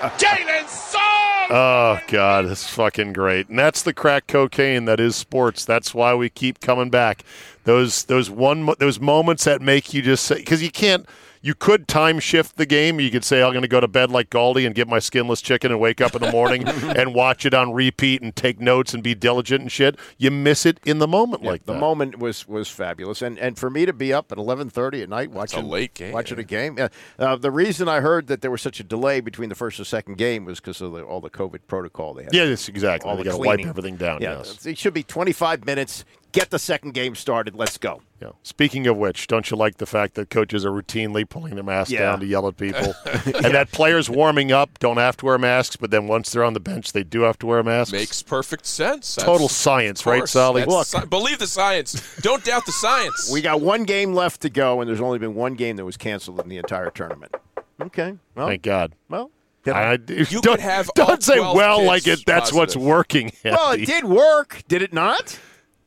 Speaker 10: Jalen Sol.
Speaker 1: Oh God, that's fucking great. And that's the crack cocaine that is sports. That's why we keep coming back. Those those one mo- those moments that make you just say because you can't. You could time shift the game. You could say I'm going to go to bed like Galdi and get my skinless chicken and wake up in the morning and watch it on repeat and take notes and be diligent and shit. You miss it in the moment like
Speaker 6: the
Speaker 1: that.
Speaker 6: moment was was fabulous, and and for me to be up at eleven thirty at night watching
Speaker 5: late game,
Speaker 6: watching a game. Yeah. Uh, the reason I heard that there was such a delay between the first and second game was because of the, all the COVID protocol they had.
Speaker 1: Yeah, yes, exactly.
Speaker 6: all
Speaker 1: They
Speaker 6: the
Speaker 1: gotta wipe
Speaker 6: cleaning.
Speaker 1: everything down,
Speaker 6: Yeah,
Speaker 1: yes.
Speaker 6: it should be twenty five minutes. Get the second game started. Let's go.
Speaker 1: Yeah. Speaking of which, don't you like the fact that coaches are routinely pulling their masks
Speaker 6: Yeah.
Speaker 1: down to yell at people? And that players warming up don't have to wear masks, but then once they're on the bench, they do have to wear masks.
Speaker 5: Makes perfect sense.
Speaker 1: Total
Speaker 5: That's-
Speaker 1: science,
Speaker 5: of
Speaker 1: right,
Speaker 5: course.
Speaker 1: Sally?
Speaker 5: That's
Speaker 1: Look.
Speaker 5: sci- believe the science. Don't doubt the science.
Speaker 6: We got one game left to go, and there's only been one game that was canceled in the entire tournament. Okay. Well,
Speaker 1: Thank God.
Speaker 6: well.
Speaker 1: I,
Speaker 5: You
Speaker 1: don't
Speaker 5: could have all
Speaker 1: don't say
Speaker 5: 12
Speaker 1: well
Speaker 5: kids
Speaker 1: like it. That's what's
Speaker 5: positive.
Speaker 1: working.
Speaker 6: Well,
Speaker 1: Andy.
Speaker 6: it did work, did it not?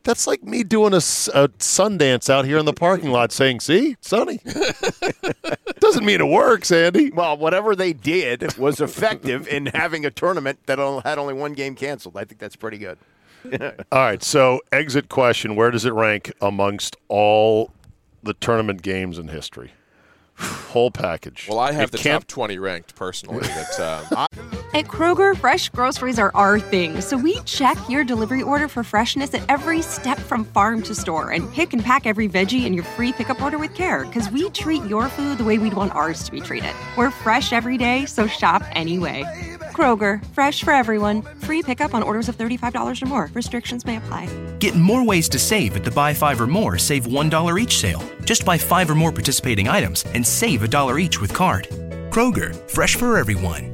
Speaker 1: That's like me doing a, s- a Sundance out here in the parking lot saying, see, sunny. Doesn't mean it works, Andy.
Speaker 6: Well, whatever they did was effective in having a tournament that on- had only one game canceled. I think that's pretty good.
Speaker 1: All right, so exit question Where does it rank amongst all the tournament games in history? Whole package.
Speaker 5: Well, I have
Speaker 1: It
Speaker 5: the
Speaker 1: can't
Speaker 5: top 20 ranked personally. But, um,
Speaker 12: At Kroger, fresh groceries are our thing, so we check your delivery order for freshness at every step from farm to store and pick and pack every veggie in your free pickup order with care because we treat your food the way we'd want ours to be treated. We're fresh every day, so shop anyway. Kroger, fresh for everyone. Free pickup on orders of $35 or more. Restrictions may apply.
Speaker 13: Get more ways to save at the Buy Five or More Save $1 each sale. Just buy five or more participating items and save a dollar each with card. Kroger, fresh for everyone.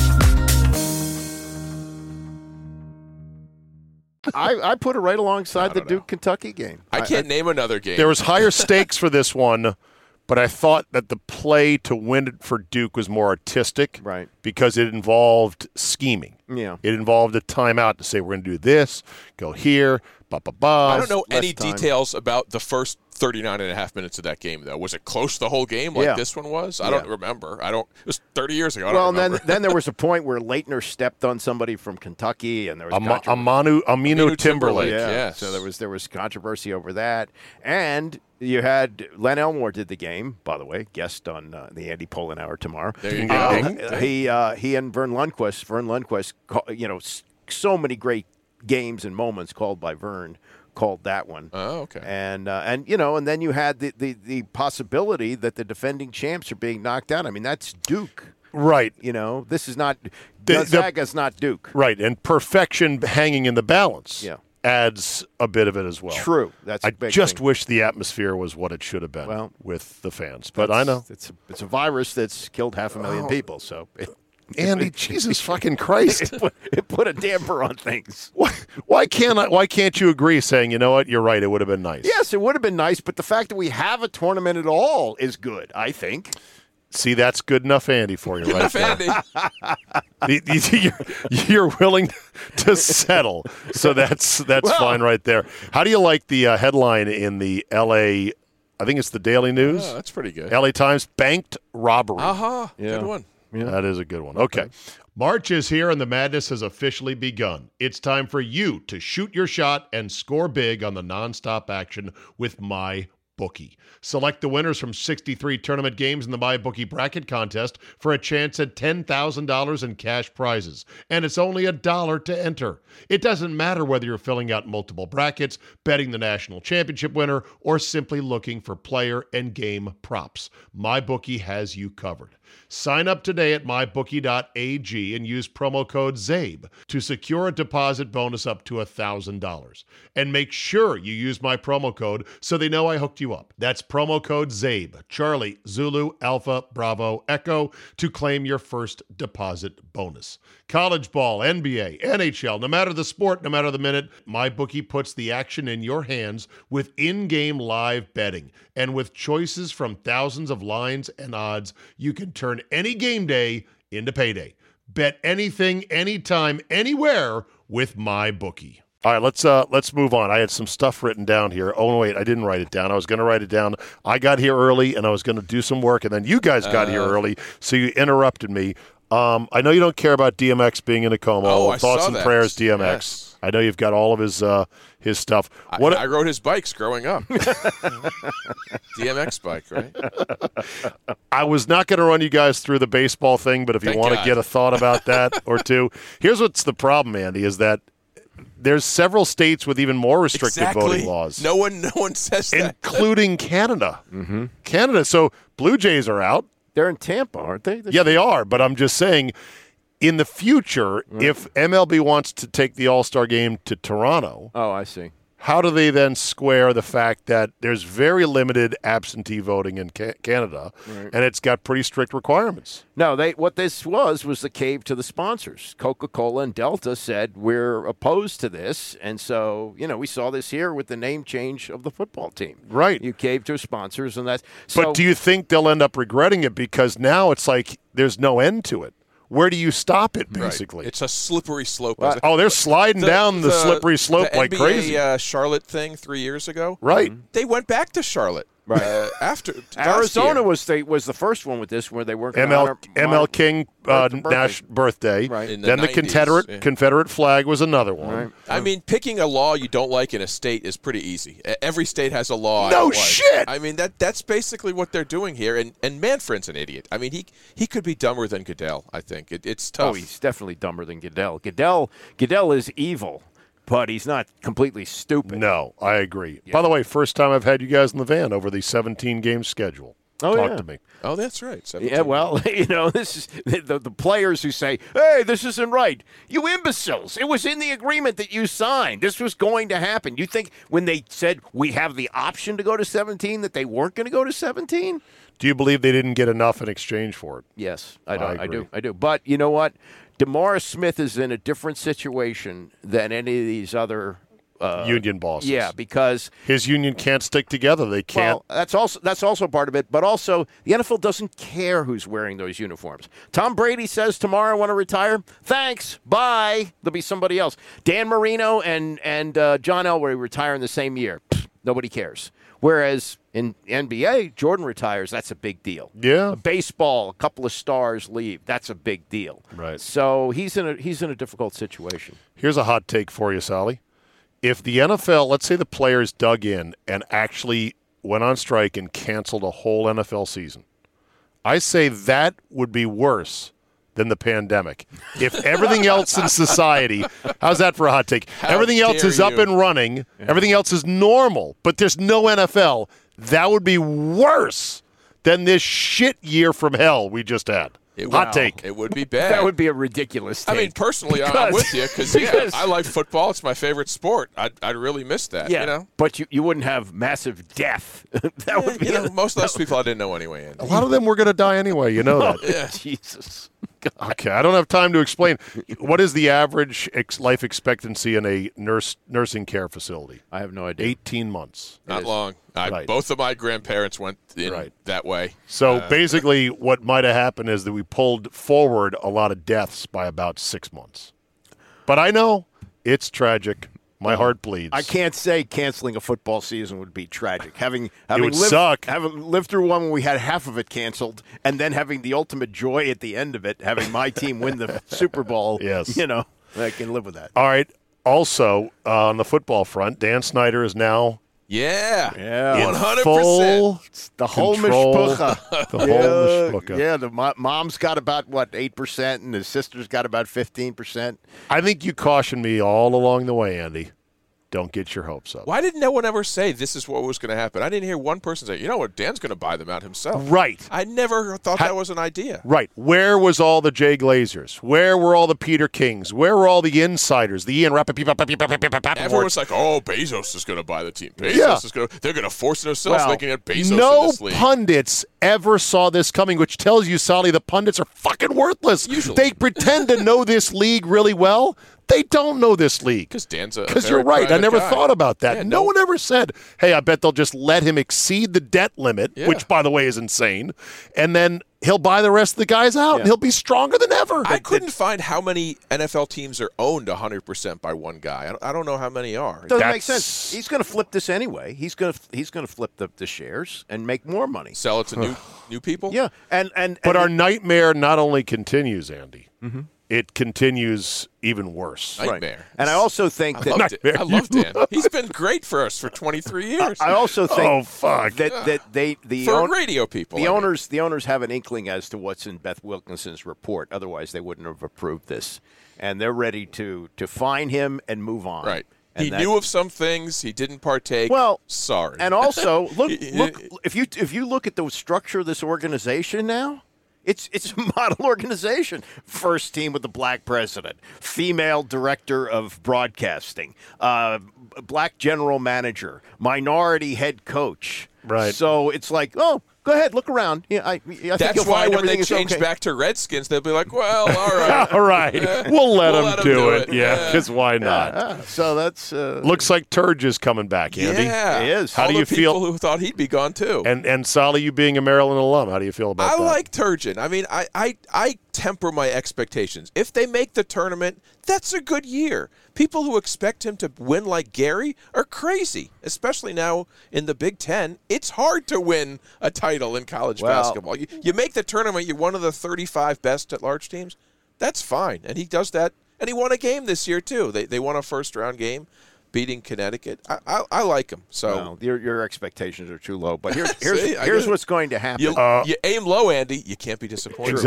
Speaker 6: I, I put it right alongside the Duke Kentucky game.
Speaker 5: I can't name another game.
Speaker 1: There was higher stakes for this one, but I thought that the play to win it for Duke was more artistic, right? Because it involved scheming.
Speaker 6: Yeah.
Speaker 1: it involved a timeout to say we're going to do this, go here, ba ba ba.
Speaker 5: I don't know any details about the first 39 and a half minutes of that game, though. Was it close the whole game like
Speaker 6: Yeah.
Speaker 5: this one was? I
Speaker 6: Yeah.
Speaker 5: don't remember. I don't. It was 30 years ago. I
Speaker 6: well,
Speaker 5: don't
Speaker 6: and then
Speaker 5: remember.
Speaker 6: then there was a point where Leitner stepped on somebody from Kentucky, and there was
Speaker 1: Ama-
Speaker 6: controversy.
Speaker 1: Amanu Aminu, Timberlake.
Speaker 6: Yeah. So there was there was controversy over that, and you had Len Elmore did the game. By the way, guest on uh, the Andy Pollin Hour tomorrow.
Speaker 5: There you
Speaker 6: Uh,
Speaker 5: go. Ding.
Speaker 6: he uh, he and Vern Lundquist. Vern Lundquist, ca- you know, s- so many great games and moments called by Vern. Called that one.
Speaker 5: Oh, okay.
Speaker 6: And uh, and you know, and then you had the, the the possibility that the defending champs are being knocked out. I mean, that's Duke,
Speaker 1: right?
Speaker 6: You know, this is not
Speaker 1: The- the-
Speaker 6: Gonzaga's not Duke.
Speaker 1: Right, and perfection hanging in the balance.
Speaker 6: Yeah.
Speaker 1: Adds a bit of it as well.
Speaker 6: True. That's a
Speaker 1: I
Speaker 6: big
Speaker 1: just
Speaker 6: thing.
Speaker 1: wish the atmosphere was what it should have been
Speaker 6: Well,
Speaker 1: with the fans. But I know
Speaker 6: it's a, it's a virus that's killed half a million
Speaker 1: Oh.
Speaker 6: people. So, it,
Speaker 1: Andy, Jesus fucking Christ.
Speaker 6: it, put, it put a damper on things.
Speaker 1: Why can't I, why can't you agree saying, you know what, you're right, it would have been nice.
Speaker 6: Yes, it would have been nice, but the fact that we have a tournament at all is good. I think.
Speaker 1: See, that's good enough Andy for you right there. The- the- you're, you're willing to settle. So that's that's
Speaker 6: Well-
Speaker 1: fine right there. How do you like the uh, headline in the LA I think it's the Daily News?
Speaker 5: Oh, that's pretty good.
Speaker 1: LA Times banked robbery.
Speaker 5: Aha. Good one.
Speaker 1: That is a good one. Okay. March is here and the madness has officially begun. It's time for you to shoot your shot and score big on the nonstop action with my bookie. Select the winners from 63 tournament games in the my bookie bracket contest for a chance at $10,000 in cash prizes, and it's only a dollar to enter. It doesn't matter whether you're filling out multiple brackets, betting the national championship winner, or simply looking for player and game props. MyBookie has you covered. Sign up today at mybookie.ag and use promo code ZABE to secure a deposit bonus up to $1,000. And make sure you use my promo code so they know I hooked you up. That's promo code ZABE, Charlie, Zulu, Alpha, Bravo, Echo to claim your first deposit bonus. College ball, NBA, NHL, no matter the sport, no matter the minute, MyBookie puts the action in your hands with in game live betting. And with choices from thousands of lines and odds, you can turn any game day into payday. Bet anything, anytime, anywhere with MyBookie. All right, let's uh, let's move on. I had some stuff written down here. Oh no, wait, I didn't write it down. I was going to write it down. I got here early and I was going to do some work, and then you guys got here
Speaker 5: Uh.
Speaker 1: early, so you interrupted me. Um, I know you don't care about DMX being in a coma.
Speaker 5: Oh, I
Speaker 1: Thoughts
Speaker 5: saw
Speaker 1: and
Speaker 5: that.
Speaker 1: prayers, DMX.
Speaker 5: Yes.
Speaker 1: I know you've got all of his uh, his stuff.
Speaker 5: What I, rode his bikes growing up. DMX bike, right?
Speaker 1: I was not going to run you guys through the baseball thing, but if you
Speaker 5: Thank
Speaker 1: want to
Speaker 5: God.
Speaker 1: get a thought about that or two, here's what's the problem, Andy, is that there's several states with even more restrictive voting laws,
Speaker 5: No one, no one says that.
Speaker 1: including Canada. Mm-hmm. Canada. So Blue Jays are out.
Speaker 6: They're in Tampa, aren't they?
Speaker 1: yeah, they are. But I'm just saying, in the future, if MLB wants to take the All Star game to Toronto,
Speaker 6: Oh, I see.
Speaker 1: How do they then square the fact that there's very limited absentee voting in ca- Canada,
Speaker 6: Right.
Speaker 1: and it's got pretty strict requirements?
Speaker 6: No, they what this was was the cave to the sponsors. Coca-Cola and Delta said we're opposed to this, and so you know we saw this here with the name change of the football team.
Speaker 1: Right,
Speaker 6: you caved to sponsors, and that's. So,
Speaker 1: but do you think they'll end up regretting it because now it's like there's no end to it? Where do you stop it, basically?
Speaker 5: It's a slippery slope.
Speaker 1: Well, oh, they're sliding down the slippery slope
Speaker 5: the
Speaker 1: like
Speaker 5: NBA,
Speaker 1: crazy.
Speaker 5: Uh, Charlotte thing three years ago.
Speaker 1: Right. Mhm.
Speaker 5: They went back to Charlotte.
Speaker 6: Right.
Speaker 5: uh, after
Speaker 6: Arizona was the was the first one with this where they weren't gonna
Speaker 1: ML,
Speaker 6: honor- honor-
Speaker 1: ML King uh,
Speaker 6: Bertha Burke.
Speaker 1: Nash birthday.
Speaker 6: Right. In
Speaker 5: the
Speaker 1: then the
Speaker 5: 90s,
Speaker 1: Confederate
Speaker 5: yeah.
Speaker 1: Confederate flag was another one.
Speaker 5: I mean, picking a law you don't like in a state is pretty easy. E- Every state has a law. I
Speaker 1: No
Speaker 5: don't like.
Speaker 1: shit!
Speaker 5: I mean that that's basically what they're doing here. And and Manfred's an idiot. I mean he he could be dumber than Goodell. I think it, it's tough.
Speaker 6: Oh, he's definitely dumber than Goodell. Goodell Goodell is evil, but he's not completely stupid.
Speaker 1: No, I agree. By the way, first time I've had you guys in the van over the 17 game schedule.
Speaker 6: Oh,
Speaker 1: Talk
Speaker 6: yeah.
Speaker 1: to me.
Speaker 5: Oh, that's right.
Speaker 6: Yeah, well, you know, this is the, the players who say, "Hey, this isn't right." You imbeciles! It was in the agreement that you signed. This was going to happen. You think when they said we have the option to go to 17 that they weren't going to go to 17?
Speaker 1: Do you believe they didn't get enough in exchange for it?
Speaker 6: Yes, I don't. I,
Speaker 1: agree.
Speaker 6: do. I do. But you know what? Demar Smith is in a different situation than any of these other uh,
Speaker 1: Union bosses.
Speaker 6: Yeah, because
Speaker 1: His union can't stick together. They can't.
Speaker 6: Well, that's also that's also part of it, but also the NFL doesn't care who's wearing those uniforms. Tom Brady says tomorrow I want to retire. Thanks, bye. There'll be somebody else. Dan Marino and and uh, John Elway retire in the same year. Pfft, nobody cares. Whereas in NBA, Jordan retires. That's a big deal.
Speaker 1: Yeah.
Speaker 6: Baseball, a couple of stars leave. That's a big deal. Right. So he's in a he's in a difficult situation.
Speaker 1: Here's a hot take for you, Sally. If the NFL, let's say the players dug in and actually went on strike and canceled a whole NFL season, I say that would be worse than the pandemic. If everything else in society, how's that for a hot take?
Speaker 5: How
Speaker 1: everything else
Speaker 5: dare
Speaker 1: is up
Speaker 5: you.
Speaker 1: and running, everything else is normal, but there's no NFL, that would be worse than this shit year from hell we just had. hot take.
Speaker 5: It would be bad.
Speaker 6: That would be a ridiculous.
Speaker 5: I
Speaker 6: Take.
Speaker 5: mean, personally, I- I'm
Speaker 6: Because-
Speaker 5: with you because yeah,
Speaker 6: because-
Speaker 5: I like football. It's my favorite sport. I'd, I'd really miss that.
Speaker 6: Yeah,
Speaker 5: you know, Eh,
Speaker 6: but you, you wouldn't have massive death. that would be
Speaker 5: you know most of those people I didn't know anyway. Andy.
Speaker 1: A lot of them were going to die anyway. You know that.
Speaker 6: Jesus.
Speaker 1: Okay, I don't have time to explain. What is the average ex- life expectancy in a nurse nursing care facility?
Speaker 6: I have no idea.
Speaker 1: Eighteen months.
Speaker 5: Not long. I,
Speaker 1: Right.
Speaker 5: Both of my grandparents went in that way.
Speaker 1: So
Speaker 5: Uh,
Speaker 1: basically, what might have happened is that we pulled forward a lot of deaths by about six months. But I know it's tragic. My heart bleeds.
Speaker 6: I can't say canceling a football season would be tragic. Having having
Speaker 1: would
Speaker 6: lived,
Speaker 1: suck.
Speaker 6: Having lived through one when we had half of it canceled, and then having the ultimate joy at the end of it, having my team win the Super Bowl.
Speaker 1: Yes.
Speaker 6: you know, I can live with that.
Speaker 1: All right. Also, uh, on the football front, Dan Snyder is now
Speaker 5: yeah,
Speaker 6: Yeah.
Speaker 1: in
Speaker 6: 100%.
Speaker 1: full
Speaker 6: The whole
Speaker 1: control.
Speaker 6: mishpucha.
Speaker 1: The whole mishpucha.
Speaker 6: Yeah, the mo- mom's got about what eight percent, and his sister's got about fifteen percent.
Speaker 1: I think you cautioned me all along the way, Andy. Don't get your hopes up.
Speaker 5: Why did no one ever say this is what was going to happen? I didn't hear one person say, you know what, Dan's going to buy them out himself.
Speaker 1: Right.
Speaker 5: I never thought that was an idea.
Speaker 1: Right. Where was all the Jay Glazers? Where were all the Peter Kings? Where were all the insiders? The Ian Rappaport.
Speaker 5: Everyone's like, oh, Bezos is going to buy the team. Bezos
Speaker 1: Yeah.
Speaker 5: is going to, they're going to force themselves
Speaker 1: Well,
Speaker 5: looking at Bezos in
Speaker 1: no
Speaker 5: this league.
Speaker 1: pundits ever saw this coming, which tells you, Sally, the pundits are fucking worthless.
Speaker 5: Usually.
Speaker 1: They pretend to know this league really well. They don't know this league.
Speaker 5: Because Dan's a
Speaker 1: Because
Speaker 5: very
Speaker 1: you're right. I
Speaker 5: private
Speaker 1: never
Speaker 5: guy.
Speaker 1: thought about that.
Speaker 5: Yeah,
Speaker 1: no, one ever said, hey, I bet they'll just let him exceed the debt limit,
Speaker 5: Yeah.
Speaker 1: which, by the way, is insane. And then he'll buy the rest of the guys out and he'll be stronger than ever.
Speaker 5: I couldn't find how many NFL teams are owned 100% by one guy. I don't, I don't know how many are.
Speaker 6: Doesn't make sense. He's going to flip this anyway. He's going to he's going to flip the, the shares and make more money.
Speaker 5: Sell it to new new people.
Speaker 6: Yeah, and and
Speaker 1: But
Speaker 6: and Mm-hmm.
Speaker 1: our nightmare not only continues, Andy, it continues even worse.
Speaker 5: Nightmare.
Speaker 6: and I also think
Speaker 5: I
Speaker 6: that
Speaker 5: loved, it. I loved Dan. He's been great for us for 23 years.
Speaker 6: I also think
Speaker 1: Oh, fuck.
Speaker 6: that that they the
Speaker 5: for
Speaker 6: own-
Speaker 5: radio people.
Speaker 6: the
Speaker 5: I mean.
Speaker 6: owners the owners have an inkling as to what's in Beth Wilkinson's report. Otherwise, they wouldn't have approved this, and they're ready to to fine him and move on.
Speaker 5: Right.
Speaker 6: And
Speaker 5: he
Speaker 6: that-
Speaker 5: knew of some things. He didn't partake.
Speaker 6: Well,
Speaker 5: sorry.
Speaker 6: And also, look, look if you if you look at the structure of this organization now, It's it's a model organization. First team with the black president, female director of broadcasting, uh, black general manager, minority head coach.
Speaker 1: Right.
Speaker 6: So it's like, oh, go ahead, look around. Yeah, I, I think
Speaker 5: That's
Speaker 6: you'll
Speaker 5: why
Speaker 6: find
Speaker 5: when they
Speaker 6: everything is
Speaker 5: change
Speaker 6: okay.
Speaker 5: back to Redskins, they'll be like, well, all right.
Speaker 1: All right.
Speaker 5: Yeah.
Speaker 1: We'll let
Speaker 5: We'll
Speaker 1: them do, it. Yeah, because why not?
Speaker 6: Yeah, Ah, so that's uh,
Speaker 1: Looks like Turge is coming back, Andy.
Speaker 5: Yeah. He is.
Speaker 1: How
Speaker 5: All
Speaker 1: do
Speaker 5: the
Speaker 1: you feel?
Speaker 5: people who thought he'd be gone, too.
Speaker 1: And and Sally, you being a Maryland alum, how do you feel about
Speaker 5: I
Speaker 6: uh,
Speaker 1: that?
Speaker 5: like Turgeon. I mean, I, I I temper my expectations. If they make the tournament, that's a good year. People who expect him to win like Gary are crazy, especially now in the Big Ten. It's hard to win a title in college
Speaker 6: Well-
Speaker 5: basketball. You, you make the tournament, you're one of the 35 best at large teams. That's fine, and he does that. And he won a game this year too. They they won a first round game, beating Connecticut. I I, I like him. So
Speaker 6: Well, your your expectations are too low. But here's here's,
Speaker 5: See, I
Speaker 6: here's
Speaker 5: did.
Speaker 6: what's going to happen.
Speaker 5: you, you aim low, Andy. You can't be disappointed.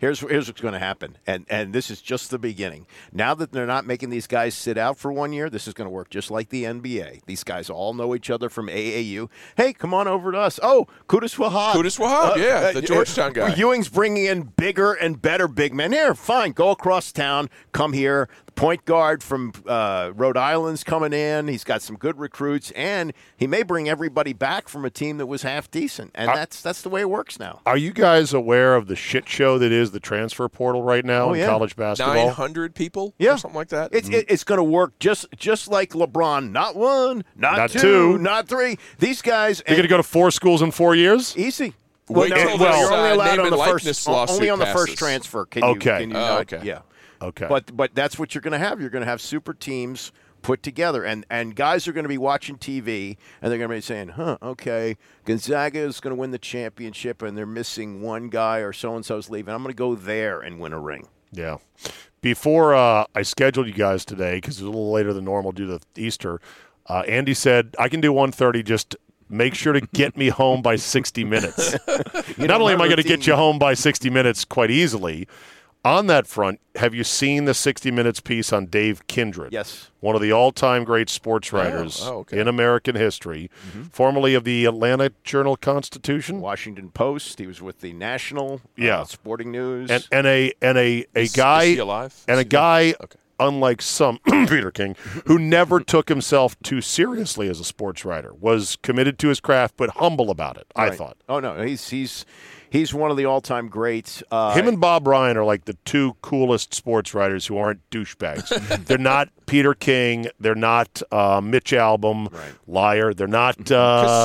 Speaker 6: Here's here's what's going to happen, and and this is just the beginning. Now that they're not making these guys sit out for one year, this is going to work just like the NBA. These guys all know each other from AAU. Hey, come on over to us. Oh, Kudus Wahab.
Speaker 5: Kudus
Speaker 6: Uh,
Speaker 5: Wahab, yeah, the Georgetown guy.
Speaker 6: Ewing's bringing in bigger and better big men. Here, fine, go across town, come here. The point guard from uh, Rhode Island's coming in. He's got some good recruits, and he may bring everybody back from a team that was half decent. And
Speaker 1: I-
Speaker 6: that's that's the way it works now.
Speaker 1: Are you guys aware of the shit show that is the transfer portal right now
Speaker 6: Oh,
Speaker 1: in
Speaker 6: yeah.
Speaker 1: college
Speaker 5: Nine
Speaker 1: basketball? Mm-hmm.
Speaker 5: hundred people,
Speaker 6: Yeah.
Speaker 5: or something like that.
Speaker 6: It's it, it's going to work just just like LeBron. Not one, not,
Speaker 1: Not
Speaker 6: two,
Speaker 1: two.
Speaker 6: not three. These guys.
Speaker 1: You're going to go to four schools in four years?
Speaker 6: Easy.
Speaker 5: Wait till
Speaker 6: you're
Speaker 5: this,
Speaker 6: only
Speaker 5: uh,
Speaker 6: allowed
Speaker 5: name
Speaker 6: on
Speaker 5: and
Speaker 6: the
Speaker 5: likeness
Speaker 6: first, o-
Speaker 5: lawsuit
Speaker 6: only on the
Speaker 5: passes.
Speaker 6: first transfer. Can you?
Speaker 1: Okay.
Speaker 6: Can you
Speaker 5: Oh,
Speaker 6: not-
Speaker 5: okay.
Speaker 6: Yeah.
Speaker 1: Okay.
Speaker 6: But but that's what you're going to have. You're going to have super teams put together, and and guys are going to be watching TV, and they're going to be saying, "Huh, okay, Gonzaga is going to win the championship, and they're missing one guy, or so and so's leaving. I'm going to go there and win a ring."
Speaker 1: Yeah. Before uh, I scheduled you guys today, because it was a little later than normal due to Easter, uh, Andy said, I can do 130, just make sure to get me home by 60 minutes.
Speaker 6: You know,
Speaker 1: Not only am
Speaker 6: my
Speaker 1: I going to get
Speaker 6: routine-
Speaker 1: you home by 60 minutes quite easily, on that front, have you seen the 60 Minutes piece on Dave Kindred?
Speaker 6: Yes.
Speaker 1: One of the all time great sports writers
Speaker 5: oh, okay.
Speaker 1: in American history,
Speaker 6: Mm-hmm.
Speaker 1: formerly of the Atlanta Journal Constitution.
Speaker 6: Washington Post. He was with the National,
Speaker 1: Yeah.
Speaker 6: uh, Sporting News.
Speaker 1: and and a and a a
Speaker 5: Is- is
Speaker 1: guy
Speaker 5: he alive?
Speaker 1: and
Speaker 5: Is
Speaker 1: a
Speaker 5: he
Speaker 1: guy unlike some Peter King who never
Speaker 5: Mm-hmm.
Speaker 1: took himself too seriously as a sports writer was committed to his craft but humble about it I
Speaker 6: Right.
Speaker 1: thought
Speaker 6: Oh no, he's he's he's one of the all-time greats. Uh,
Speaker 1: him and Bob Ryan are like the two coolest sports writers who aren't douchebags they're not Peter King they're not uh, Mitch Album liar they're not
Speaker 5: Because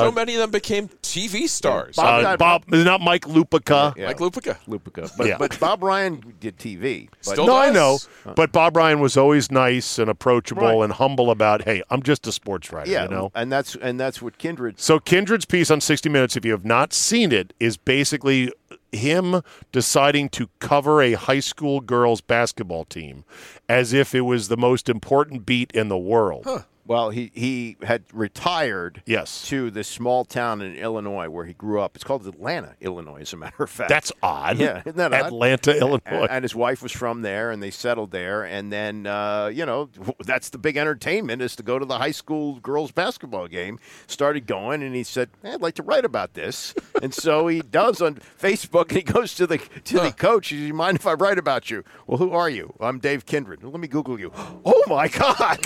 Speaker 1: uh,
Speaker 5: so many of them became TV stars.
Speaker 1: uh,
Speaker 6: Bob got-
Speaker 1: Bob they're not Mike Lupica
Speaker 6: yeah,
Speaker 5: Like Lupica.
Speaker 6: Lupica, but
Speaker 1: Yeah.
Speaker 6: but Bob Ryan did TV. But
Speaker 5: Still
Speaker 1: no, I
Speaker 5: does.
Speaker 1: know, but Bob Ryan was always nice and approachable
Speaker 6: Uh. Right.
Speaker 1: and humble about. Hey, I'm just a sports writer,
Speaker 6: yeah,
Speaker 1: you know.
Speaker 6: and that's and that's what Kindred.
Speaker 1: So Kindred's piece on 60 Minutes, if you have not seen it, is basically him deciding to cover a high school girls basketball team as if it was the most important beat in the world.
Speaker 6: Well, Oh, he he had retired.
Speaker 1: Yes.
Speaker 6: To this small town in Illinois where he grew up. It's called Atlanta, Illinois, as a matter of fact.
Speaker 1: That's odd.
Speaker 6: Yeah, isn't that odd?
Speaker 1: Atlanta, Illinois.
Speaker 6: and, and his wife was from there, and they settled there. And then, uh, you know, that's the big entertainment is to go to the high school girls basketball game. Started going, and he said, "Eh, "I'd like to write about this," and so he does on Facebook. And he goes to the to the coach. He says, "You mind if I write about you?" Well, who are you? I'm Dave Kindred. Let me Google you. Oh my God!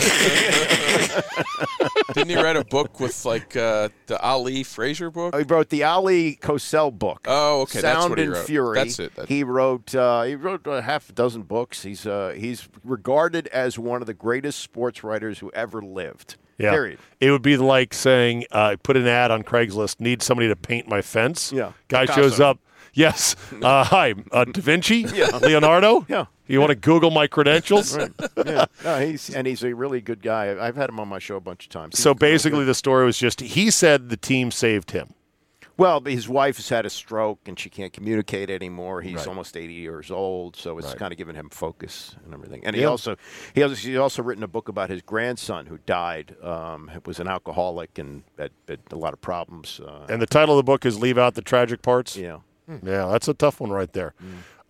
Speaker 5: Didn't he write a book with like uh, the Ali Frazier book?
Speaker 1: Oh,
Speaker 6: he wrote the Ali Cosell book.
Speaker 5: Oh, okay,
Speaker 6: Sound
Speaker 5: that's what he
Speaker 6: and
Speaker 5: wrote.
Speaker 6: Fury.
Speaker 5: That's it, that's-
Speaker 6: he wrote uh, he wrote a half a dozen books. He's uh, he's regarded as one of the greatest sports writers who ever lived.
Speaker 1: Yeah.
Speaker 6: Period.
Speaker 1: It would be like saying, uh, put an ad on Craigslist, need somebody to paint my fence.
Speaker 6: Yeah.
Speaker 1: Guy
Speaker 6: Picasso.
Speaker 1: shows up. Yes. Uh, hi, uh, Da Vinci?
Speaker 6: Yeah.
Speaker 1: Leonardo?
Speaker 6: Yeah.
Speaker 1: You want to Google my credentials?
Speaker 6: Yeah. No, he's and he's a really good guy. I- I've had him on my show a bunch of times.
Speaker 1: So
Speaker 6: He's really
Speaker 1: basically, the story was just he said the team saved him.
Speaker 6: good. well, but his wife has had a stroke and she can't communicate anymore. He's
Speaker 1: Right.
Speaker 6: almost eighty years old, so it's
Speaker 1: Right.
Speaker 6: kind of given him focus and everything. And he
Speaker 1: Yeah.
Speaker 6: also he also he's also written a book about his grandson who died. Um, was an alcoholic and had, had a lot of problems. Uh,
Speaker 1: And the title of the book is Leave Out the Tragic Parts. Hmm.
Speaker 6: yeah.
Speaker 1: Yeah, that's a tough one right there.